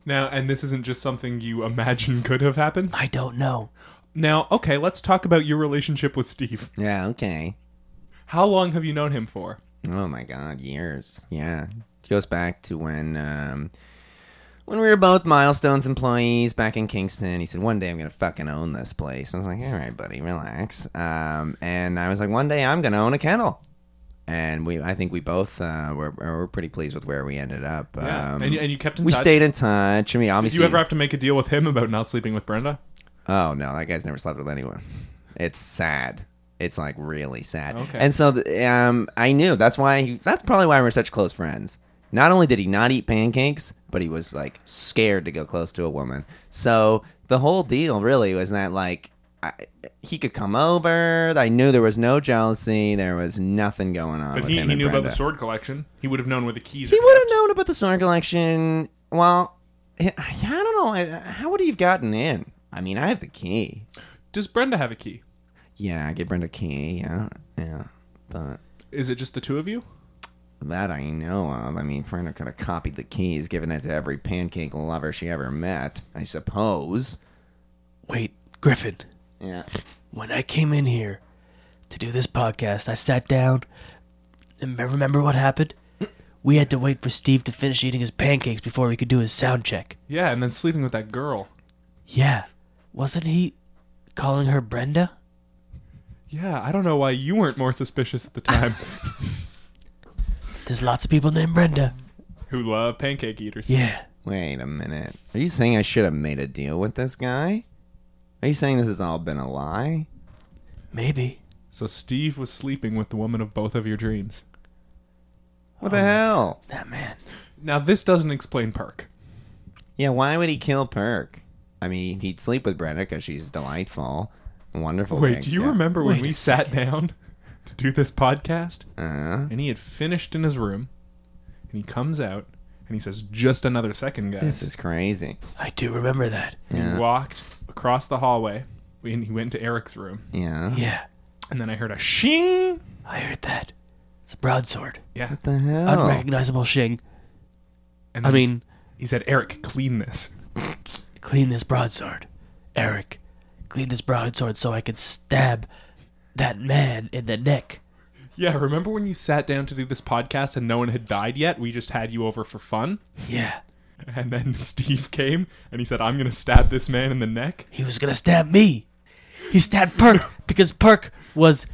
[SPEAKER 1] Now, and this isn't just something you imagine could have happened.
[SPEAKER 4] I don't know.
[SPEAKER 1] Now, okay, let's talk about your relationship with Steve.
[SPEAKER 3] Yeah. Okay.
[SPEAKER 1] How long have you known him for?
[SPEAKER 3] Oh my God, years. Yeah, goes back to when um, when we were both Milestones employees back in Kingston. He said, "One day I'm gonna fucking own this place." I was like, "All right, buddy, relax." Um, and I was like, "One day I'm gonna own a kennel." And we, I think we both uh, were, were pretty pleased with where we ended up.
[SPEAKER 1] Yeah,
[SPEAKER 3] Um,
[SPEAKER 1] and, you- and you kept in
[SPEAKER 3] we
[SPEAKER 1] touch.
[SPEAKER 3] stayed in touch. I mean,
[SPEAKER 1] Did
[SPEAKER 3] obviously,
[SPEAKER 1] you ever have to make a deal with him about not sleeping with Brenda?
[SPEAKER 3] Oh no, that guy's never slept with anyone. It's sad. It's like really sad.
[SPEAKER 1] Okay.
[SPEAKER 3] And so th- um, I knew that's why. He, that's probably why we're such close friends. Not only did he not eat pancakes, but he was like scared to go close to a woman. So the whole deal really was that like I, he could come over. I knew there was no jealousy. There was nothing going on.
[SPEAKER 1] But
[SPEAKER 3] with
[SPEAKER 1] he,
[SPEAKER 3] him
[SPEAKER 1] he
[SPEAKER 3] and
[SPEAKER 1] knew about
[SPEAKER 3] Brenda.
[SPEAKER 1] the sword collection. He would have known where the keys
[SPEAKER 3] He
[SPEAKER 1] are.
[SPEAKER 3] would have
[SPEAKER 1] kept.
[SPEAKER 3] known about the sword collection. Well, I I don't know. I- How would he have gotten in? I mean, I have the key.
[SPEAKER 1] Does Brenda have a key?
[SPEAKER 3] Yeah, I gave Brenda a key. Yeah, yeah. But
[SPEAKER 1] Is it just the two of you?
[SPEAKER 3] that I know of. I mean, Brenda could have copied the keys, given it to every pancake lover she ever met. I suppose.
[SPEAKER 4] Wait, Griffin.
[SPEAKER 3] Yeah.
[SPEAKER 4] When I came in here to do this podcast, I sat down and me- remember what happened? We had to wait for Steve to finish eating his pancakes before we could do his sound check.
[SPEAKER 1] Yeah, and then sleeping with that girl.
[SPEAKER 4] Yeah. Wasn't he calling her Brenda?
[SPEAKER 1] Yeah, I don't know why you weren't more suspicious at the
[SPEAKER 3] (laughs)
[SPEAKER 1] time.
[SPEAKER 4] There's lots of people named Brenda.
[SPEAKER 1] Who love pancake eaters.
[SPEAKER 4] Yeah.
[SPEAKER 3] Wait a minute. Are you saying I should have made a deal with this guy? Are you saying this has all been a lie?
[SPEAKER 4] Maybe.
[SPEAKER 1] So Steve was sleeping with the woman of both of your dreams.
[SPEAKER 3] What
[SPEAKER 1] Oh
[SPEAKER 3] the hell?
[SPEAKER 4] That man.
[SPEAKER 1] Now this doesn't explain Park.
[SPEAKER 3] Yeah, why would he kill Perk? I mean, he'd sleep with Brenda because she's delightful, wonderful.
[SPEAKER 1] Wait,
[SPEAKER 3] big-
[SPEAKER 1] do you
[SPEAKER 3] yeah.
[SPEAKER 1] remember when
[SPEAKER 4] Wait
[SPEAKER 1] we
[SPEAKER 4] a
[SPEAKER 1] sat down (laughs) to do this podcast
[SPEAKER 3] Uh,
[SPEAKER 1] and he had finished in his room and he comes out and he says, "Just another second, guys."
[SPEAKER 3] this is crazy.
[SPEAKER 4] I do remember that.
[SPEAKER 1] He
[SPEAKER 3] Yeah.
[SPEAKER 1] walked across the hallway and he went to Eric's room.
[SPEAKER 3] Yeah.
[SPEAKER 4] Yeah.
[SPEAKER 1] And then I heard a shing.
[SPEAKER 4] I heard that. It's a broadsword.
[SPEAKER 1] Yeah.
[SPEAKER 3] What the hell?
[SPEAKER 4] Unrecognizable shing.
[SPEAKER 1] And
[SPEAKER 4] I
[SPEAKER 1] then he
[SPEAKER 4] mean,
[SPEAKER 1] s- he said, "Eric, clean this." (laughs)
[SPEAKER 4] clean this broadsword. Eric, clean this broadsword so I can stab that man in the neck.
[SPEAKER 1] Yeah, remember when you sat down to do this podcast and no one had died yet? We just had you over for fun. (laughs)
[SPEAKER 4] Yeah.
[SPEAKER 1] And then (laughs) Steve came and he said, "I'm going to stab this man in the neck."
[SPEAKER 4] He was gonna stab me. He stabbed Perk because Perk was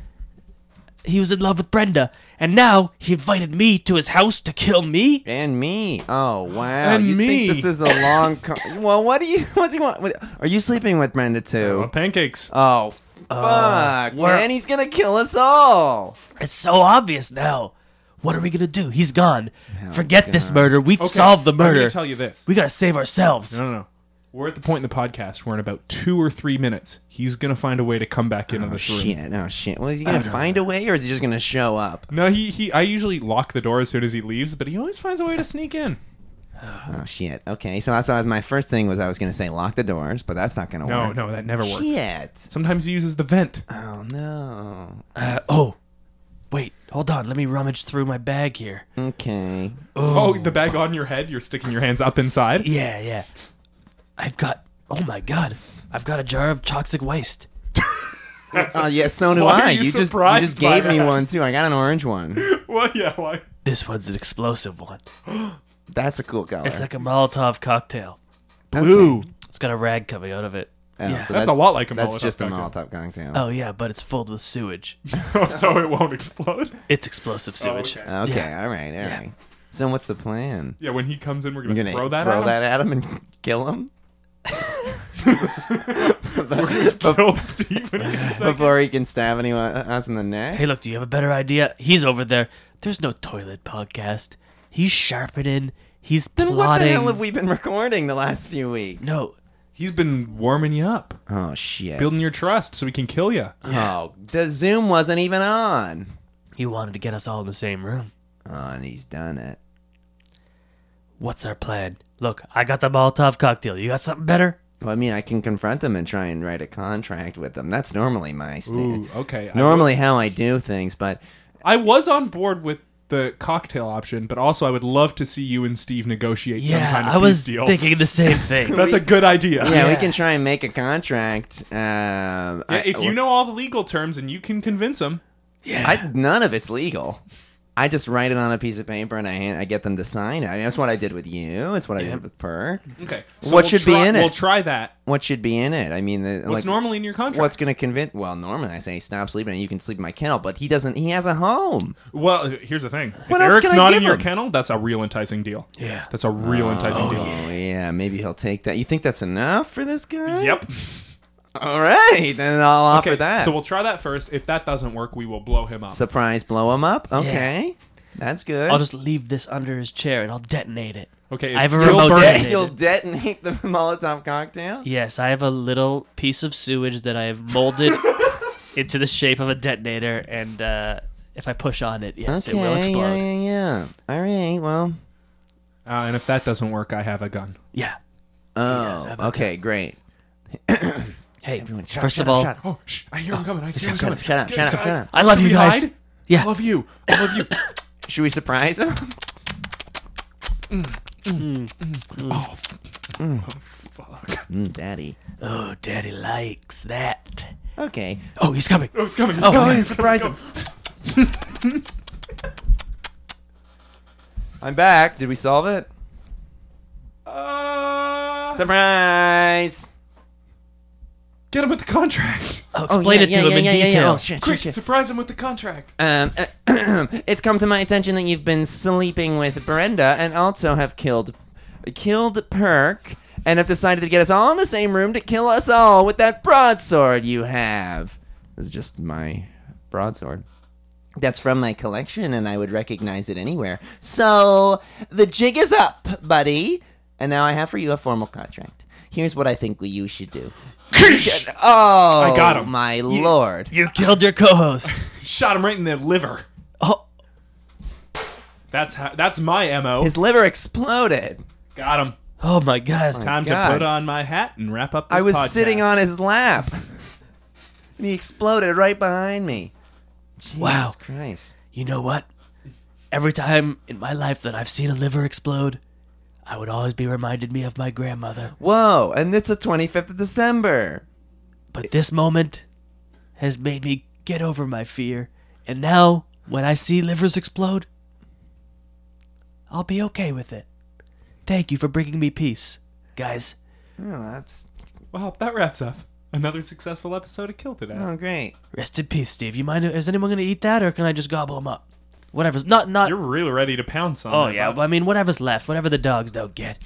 [SPEAKER 4] he was in love with Brenda, and now he invited me to his house to kill me.
[SPEAKER 3] and me. Oh wow.
[SPEAKER 1] And
[SPEAKER 3] you
[SPEAKER 1] me.
[SPEAKER 3] Think this is a long. Co- (laughs) well, what do you? What's he want? What, are you sleeping with Brenda
[SPEAKER 1] Well,
[SPEAKER 3] too?
[SPEAKER 1] pancakes.
[SPEAKER 4] Uh,
[SPEAKER 3] Oh fuck,
[SPEAKER 1] Uh,
[SPEAKER 4] we're-
[SPEAKER 3] man! He's gonna kill us all.
[SPEAKER 1] Oh,
[SPEAKER 4] It's so obvious now. What are we gonna do? He's gone. Forget this
[SPEAKER 3] God.
[SPEAKER 4] murder. We've
[SPEAKER 1] Okay,
[SPEAKER 4] solved the
[SPEAKER 1] I'm
[SPEAKER 4] murder.
[SPEAKER 1] going to tell you this.
[SPEAKER 4] we gotta save ourselves.
[SPEAKER 1] No, no, no. We're at the point in the podcast where in about two or three minutes, he's going to find a way to come back into
[SPEAKER 3] Oh
[SPEAKER 1] this room.
[SPEAKER 3] shit! Oh shit! Well, is he gonna find a way, or is he just gonna show up?
[SPEAKER 1] No, he, he. I usually lock the door as soon as he leaves, but he always finds a way to sneak in.
[SPEAKER 3] Oh shit! Okay, so that's what I was, my first thing was I was gonna say lock the doors, but that's not gonna
[SPEAKER 1] No,
[SPEAKER 3] work.
[SPEAKER 1] no, that never works.
[SPEAKER 3] Shit!
[SPEAKER 1] Sometimes he uses the vent.
[SPEAKER 3] Oh no.
[SPEAKER 4] Uh, oh, wait, hold on. Let me rummage through my bag here.
[SPEAKER 3] Mm. Okay.
[SPEAKER 1] Oh, the bag on your head. You're sticking your hands up inside.
[SPEAKER 4] (laughs) Yeah, yeah. I've got. Oh my god, I've got a jar of toxic waste.
[SPEAKER 3] Oh yeah, so do
[SPEAKER 1] Why are
[SPEAKER 3] I.
[SPEAKER 1] you
[SPEAKER 3] You, just you
[SPEAKER 1] surprised
[SPEAKER 3] just
[SPEAKER 1] by
[SPEAKER 3] gave me
[SPEAKER 1] that?
[SPEAKER 3] one too. I got an orange one.
[SPEAKER 1] Well, yeah. Why?
[SPEAKER 4] This one's an explosive one.
[SPEAKER 3] That's a cool color.
[SPEAKER 4] It's like a Molotov cocktail.
[SPEAKER 3] Okay.
[SPEAKER 1] Ooh,
[SPEAKER 4] It's got a rag coming out of it.
[SPEAKER 3] Oh,
[SPEAKER 4] yeah.
[SPEAKER 3] so
[SPEAKER 1] that's
[SPEAKER 3] that-
[SPEAKER 1] a lot like a
[SPEAKER 3] That's
[SPEAKER 1] Molotov
[SPEAKER 3] just a
[SPEAKER 1] cocktail.
[SPEAKER 3] Molotov cocktail.
[SPEAKER 4] Oh yeah, but it's filled with sewage.
[SPEAKER 1] (laughs) Oh, so it won't explode.
[SPEAKER 4] It's explosive sewage.
[SPEAKER 1] okay.
[SPEAKER 3] Oh, Okay,
[SPEAKER 4] Yeah.
[SPEAKER 3] all right, all right. So what's the plan?
[SPEAKER 1] Yeah, when he comes in, we're
[SPEAKER 3] You're
[SPEAKER 1] gonna,
[SPEAKER 3] gonna
[SPEAKER 1] throw that. at him? (laughs)
[SPEAKER 3] and kill him
[SPEAKER 1] We're gonna kill Steve when he gets back.
[SPEAKER 3] (laughs) before he can stab anyone us in the neck.
[SPEAKER 4] Hey, look, do you have a better idea? He's over there. There's no toilet podcast. He's sharpening. He's
[SPEAKER 3] then
[SPEAKER 4] plotting.
[SPEAKER 3] what the hell have we been recording the last few weeks?
[SPEAKER 4] No,
[SPEAKER 1] He's been warming you up,
[SPEAKER 3] Oh shit!
[SPEAKER 1] building your trust, so he can kill you.
[SPEAKER 3] oh, the Zoom wasn't even on.
[SPEAKER 4] he wanted to get us all in the same room.
[SPEAKER 3] Oh, and he's done it.
[SPEAKER 4] What's our plan? Look, I got the Molotov cocktail. You got something better?
[SPEAKER 3] Well, I mean, I can confront them and try and write a contract with them. That's normally my stand.
[SPEAKER 1] Ooh, okay. I
[SPEAKER 3] Normally how I do things, but
[SPEAKER 1] I was on board with the cocktail option, but also I would love to see you and Steve negotiate
[SPEAKER 4] Yeah,
[SPEAKER 1] some kind of
[SPEAKER 4] I was
[SPEAKER 1] peace deal.
[SPEAKER 4] thinking the
[SPEAKER 3] (laughs)
[SPEAKER 4] same thing.
[SPEAKER 1] That's a good idea.
[SPEAKER 3] yeah, we
[SPEAKER 4] Yeah.
[SPEAKER 3] can try and make a contract. Um,
[SPEAKER 1] Yeah,
[SPEAKER 3] I-
[SPEAKER 1] if you know all the legal terms and you can convince him,
[SPEAKER 3] I, none of it's legal. I just write it on a piece of paper and I hand, I get them to sign it. I mean, that's what I did with you. It's what I did with Perk.
[SPEAKER 1] okay.
[SPEAKER 3] What should be
[SPEAKER 1] try-
[SPEAKER 3] in it?
[SPEAKER 1] We'll try that.
[SPEAKER 3] What should be in it? I mean, the,
[SPEAKER 1] What's
[SPEAKER 3] like,
[SPEAKER 1] normally in your contract?
[SPEAKER 3] What's going to convince? Well, normally I say stop sleeping and you can sleep in my kennel, but he doesn't. He has a home.
[SPEAKER 1] Well, here's the thing. If
[SPEAKER 3] What else
[SPEAKER 1] Eric's
[SPEAKER 3] can I
[SPEAKER 1] not in
[SPEAKER 3] give
[SPEAKER 1] your
[SPEAKER 3] him?
[SPEAKER 1] kennel, that's a real enticing deal.
[SPEAKER 4] Yeah.
[SPEAKER 1] That's a real enticing
[SPEAKER 3] Oh
[SPEAKER 1] deal.
[SPEAKER 3] yeah, maybe he'll take that. You think that's enough for this guy?
[SPEAKER 1] Yep.
[SPEAKER 3] All right, then I'll offer
[SPEAKER 1] Okay,
[SPEAKER 3] that.
[SPEAKER 1] So we'll try that first. If that doesn't work, we will blow him up.
[SPEAKER 3] Surprise, blow him up. Okay. That's good.
[SPEAKER 4] I'll just leave this under his chair and I'll detonate it.
[SPEAKER 1] Okay,
[SPEAKER 4] I
[SPEAKER 1] it's
[SPEAKER 4] have a
[SPEAKER 1] still
[SPEAKER 4] remote
[SPEAKER 1] burning.
[SPEAKER 3] (laughs)
[SPEAKER 4] detonate.
[SPEAKER 3] You'll detonate the (laughs) Molotov cocktail.
[SPEAKER 4] Yes, I have a little piece of sewage that I
[SPEAKER 3] (laughs)
[SPEAKER 4] have molded into the shape of a detonator, and uh, if I push on it, yes,
[SPEAKER 3] okay.
[SPEAKER 4] it will explode.
[SPEAKER 3] Yeah, yeah, yeah. All right. Well.
[SPEAKER 1] Uh, and if that doesn't work, I have a gun.
[SPEAKER 4] Yeah.
[SPEAKER 3] Oh.
[SPEAKER 4] how about
[SPEAKER 3] okay. Great.
[SPEAKER 4] Hey,
[SPEAKER 3] Shut up,
[SPEAKER 4] first
[SPEAKER 3] shut up,
[SPEAKER 4] of all,
[SPEAKER 3] shut up.
[SPEAKER 1] Oh, shh, I hear him coming. I hear
[SPEAKER 4] him
[SPEAKER 1] him
[SPEAKER 4] coming,
[SPEAKER 1] coming.
[SPEAKER 4] it's
[SPEAKER 3] shut up,
[SPEAKER 1] Get
[SPEAKER 3] shut
[SPEAKER 1] this
[SPEAKER 3] up,
[SPEAKER 1] guy.
[SPEAKER 3] shut up.
[SPEAKER 4] I love you
[SPEAKER 1] Can we
[SPEAKER 4] guys.
[SPEAKER 1] hide?
[SPEAKER 4] Yeah.
[SPEAKER 1] I love you. I
[SPEAKER 3] (laughs)
[SPEAKER 1] love you.
[SPEAKER 3] should we surprise him?
[SPEAKER 1] oh, f- oh, fuck.
[SPEAKER 3] (laughs) Mm, daddy.
[SPEAKER 4] oh, Daddy likes that.
[SPEAKER 3] Okay.
[SPEAKER 4] Oh, he's coming.
[SPEAKER 1] Oh, it's coming. It's
[SPEAKER 4] Oh,
[SPEAKER 1] coming.
[SPEAKER 3] and surprise him. (laughs) I'm back. Did we solve it?
[SPEAKER 1] Uh,
[SPEAKER 3] Surprise!
[SPEAKER 1] get him with the
[SPEAKER 3] (laughs)
[SPEAKER 1] contract.
[SPEAKER 4] I'll explain
[SPEAKER 3] yeah,
[SPEAKER 4] it to
[SPEAKER 3] yeah,
[SPEAKER 4] him
[SPEAKER 3] yeah,
[SPEAKER 4] in
[SPEAKER 3] yeah, yeah,
[SPEAKER 4] detail.
[SPEAKER 3] yeah. Oh, shit,
[SPEAKER 1] Quick,
[SPEAKER 3] shit, shit.
[SPEAKER 1] surprise him with the contract.
[SPEAKER 3] Um, (coughs) it's come to my attention that you've been sleeping with Brenda and also have killed killed Perk and have decided to get us all in the same room to kill us all with that broadsword you have. This is just my broadsword. That's from my collection and I would recognize it anywhere. So, the jig is up, buddy. And now I have for you a formal contract. Here's what I think you should do. oh, I
[SPEAKER 1] got him.
[SPEAKER 3] my lord.
[SPEAKER 4] You killed your co-host.
[SPEAKER 1] Shot him right in the liver.
[SPEAKER 4] Oh,
[SPEAKER 1] That's how, that's my mo.
[SPEAKER 3] His liver exploded.
[SPEAKER 1] Got him.
[SPEAKER 4] oh my God.
[SPEAKER 1] Time
[SPEAKER 3] God.
[SPEAKER 1] to put on my hat and wrap up. This
[SPEAKER 3] I was
[SPEAKER 1] podcast.
[SPEAKER 3] sitting on his lap. and he exploded right behind me. Jesus
[SPEAKER 4] Wow.
[SPEAKER 3] Christ.
[SPEAKER 4] You know what? Every time in my life that I've seen a liver explode, I would always be reminded me of my grandmother.
[SPEAKER 3] Whoa, and it's a 25th of December.
[SPEAKER 4] But this moment has made me get over my fear. And now, when I see livers explode, I'll be okay with it. Thank you for bringing me peace, guys.
[SPEAKER 3] Oh, that's
[SPEAKER 1] Wow, that wraps up another successful episode of Kill Today.
[SPEAKER 3] oh great.
[SPEAKER 4] Rest in peace, Steve. You mind? Is anyone gonna eat that, or can I just gobble them up? Whatever's not not.
[SPEAKER 1] You're really ready to pound some.
[SPEAKER 4] oh yeah, I mean whatever's left, whatever the dogs don't get.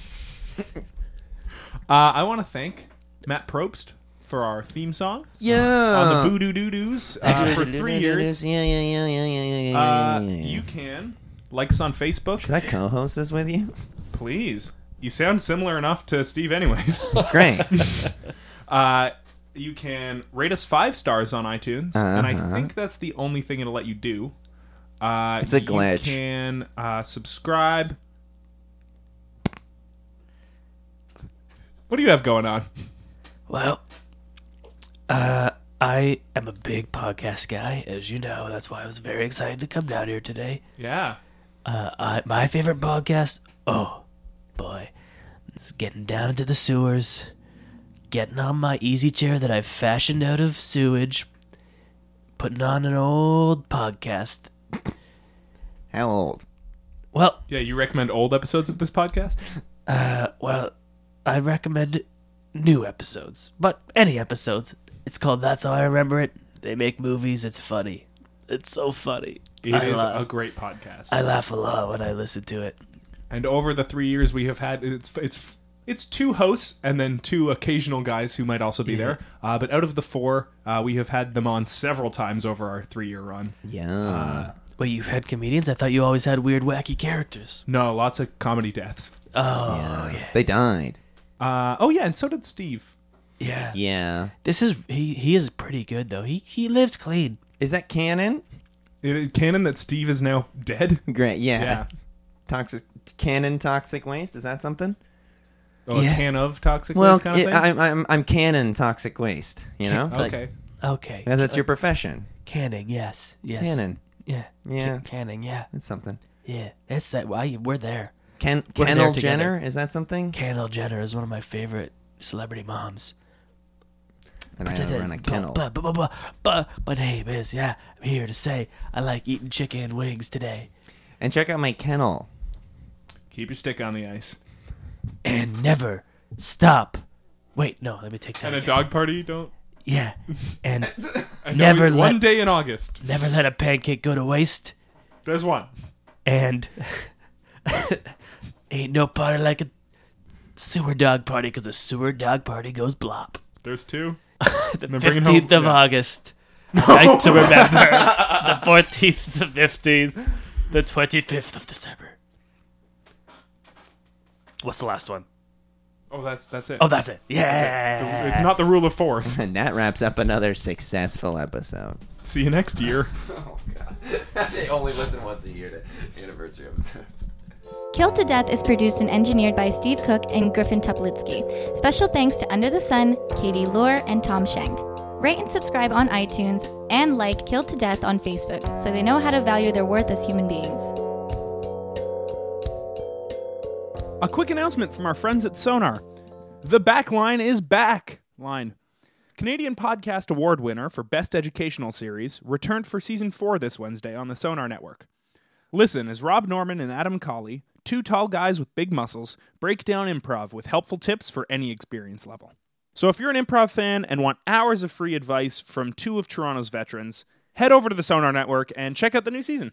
[SPEAKER 1] Uh, I want to thank Matt Probst for our theme song
[SPEAKER 3] Yeah.
[SPEAKER 1] on the Boo Doo Doo Doos uh, for (laughs) three years.
[SPEAKER 3] (laughs) Yeah, yeah, yeah, yeah, yeah, yeah, yeah,
[SPEAKER 1] Uh,
[SPEAKER 3] yeah, yeah, yeah.
[SPEAKER 1] you can like us on Facebook,
[SPEAKER 3] Can I co-host this with you? (laughs)
[SPEAKER 1] please. You sound similar enough to Steve,
[SPEAKER 3] (laughs)
[SPEAKER 1] anyways.
[SPEAKER 3] Great.
[SPEAKER 1] uh, you can rate us five stars on iTunes, and I
[SPEAKER 3] Uh-huh.
[SPEAKER 1] think that's the only thing it'll let you do. Uh,
[SPEAKER 3] It's a glitch.
[SPEAKER 1] You can uh, subscribe. What do you have going on?
[SPEAKER 4] Well, uh, I am a big podcast guy, as you know. That's why I was very excited to come down here today.
[SPEAKER 1] Yeah.
[SPEAKER 4] Uh, I, my favorite podcast. Oh boy, it's getting down into the sewers. Getting on my easy chair that I've fashioned out of sewage. Putting on an old podcast.
[SPEAKER 3] How old?
[SPEAKER 4] Well,
[SPEAKER 1] Yeah, you recommend old episodes of this podcast?
[SPEAKER 4] Uh, well, I recommend new episodes, but any episodes. It's called That's How I Remember It. They make movies. It's funny. It's so funny.
[SPEAKER 1] It is
[SPEAKER 4] I
[SPEAKER 1] a
[SPEAKER 4] laugh.
[SPEAKER 1] great podcast.
[SPEAKER 4] I laugh a lot when I listen to it.
[SPEAKER 1] and over the three years we have had, it's it's it's two hosts and then two occasional guys who might also be there. Uh, but out of the four, uh, we have had them on several times over our three-year run.
[SPEAKER 3] Yeah.
[SPEAKER 4] Wait, you've had comedians? I thought you always had weird, wacky characters.
[SPEAKER 1] No, lots of comedy deaths.
[SPEAKER 4] Oh, yeah.
[SPEAKER 3] They died.
[SPEAKER 1] Uh, oh yeah, and so did Steve.
[SPEAKER 4] yeah.
[SPEAKER 3] Yeah.
[SPEAKER 4] This is he. He is pretty good though. He he lived clean.
[SPEAKER 3] Is that canon?
[SPEAKER 1] It is canon that Steve is now
[SPEAKER 4] (laughs)
[SPEAKER 1] dead.
[SPEAKER 3] Great. Yeah.
[SPEAKER 1] Yeah.
[SPEAKER 3] Toxic canon toxic waste. Is that something?
[SPEAKER 1] Oh,
[SPEAKER 4] Yeah.
[SPEAKER 1] a can of toxic
[SPEAKER 3] Well,
[SPEAKER 1] waste kind of
[SPEAKER 3] it-
[SPEAKER 1] thing.
[SPEAKER 3] I'm, I'm I'm canon toxic waste. (laughs) You know.
[SPEAKER 4] like-
[SPEAKER 1] okay.
[SPEAKER 4] Okay. Uh,
[SPEAKER 3] Because that's your profession.
[SPEAKER 4] canning. Yes. Yes.
[SPEAKER 3] Canon.
[SPEAKER 4] Yeah.
[SPEAKER 3] Yeah.
[SPEAKER 4] Canning. Yeah.
[SPEAKER 3] That's something.
[SPEAKER 4] Yeah. That's that. Why we're there.
[SPEAKER 3] Ken,
[SPEAKER 4] We're there
[SPEAKER 3] Kendall
[SPEAKER 4] together.
[SPEAKER 3] Jenner? Is that something?
[SPEAKER 4] Kendall Jenner is one of my favorite celebrity moms.
[SPEAKER 3] And I don't run a
[SPEAKER 4] Blah,
[SPEAKER 3] kennel.
[SPEAKER 4] Blah, blah, blah, blah, blah. My name is, yeah, I'm here to say I like eating chicken and wings today.
[SPEAKER 3] And check out my kennel. (laughs)
[SPEAKER 1] Keep your stick on the
[SPEAKER 4] (laughs)
[SPEAKER 1] ice.
[SPEAKER 4] And never stop. Wait, no, let me take that.
[SPEAKER 1] And a
[SPEAKER 4] again.
[SPEAKER 1] dog party, you don't.
[SPEAKER 4] Yeah. And
[SPEAKER 1] And
[SPEAKER 4] Never
[SPEAKER 1] one
[SPEAKER 4] let-
[SPEAKER 1] day in August.
[SPEAKER 4] never let a pancake go to waste.
[SPEAKER 1] There's one.
[SPEAKER 4] And (laughs) ain't no party like a sewer dog party because a sewer dog party goes blop.
[SPEAKER 1] There's two.
[SPEAKER 4] The
[SPEAKER 1] Then bring it
[SPEAKER 4] 15th
[SPEAKER 1] home.
[SPEAKER 4] of
[SPEAKER 1] Yeah.
[SPEAKER 4] (laughs) August. I like to remember the 14th, the 15th. the 25th of December. What's the last one?
[SPEAKER 1] Oh, that's that's it.
[SPEAKER 4] Oh, that's it. Yeah.
[SPEAKER 1] It's not the rule of
[SPEAKER 4] (laughs)
[SPEAKER 1] force.
[SPEAKER 3] And that wraps up another successful episode.
[SPEAKER 1] See you next year.
[SPEAKER 3] Oh, God. they only listen once a year to anniversary episodes.
[SPEAKER 5] Killed to Death is produced and engineered by Steve Cook and Griffin Tuplitsky. Special thanks to Under the Sun, Katie Lohr, and Tom Schenk. Rate and subscribe on iTunes and like Killed to Death on Facebook so they know how to value their worth as human beings.
[SPEAKER 1] A quick announcement from our friends at Sonar. The Backline is back. Line. Canadian Podcast Award winner for Best Educational Series returned for season 4 this Wednesday on the Sonar Network. Listen as Rob Norman and Adam Colley, two tall guys with big muscles, break down improv with helpful tips for any experience level. So if you're an improv fan and want hours of free advice from two of Toronto's veterans, head over to the Sonar Network and check out the new season.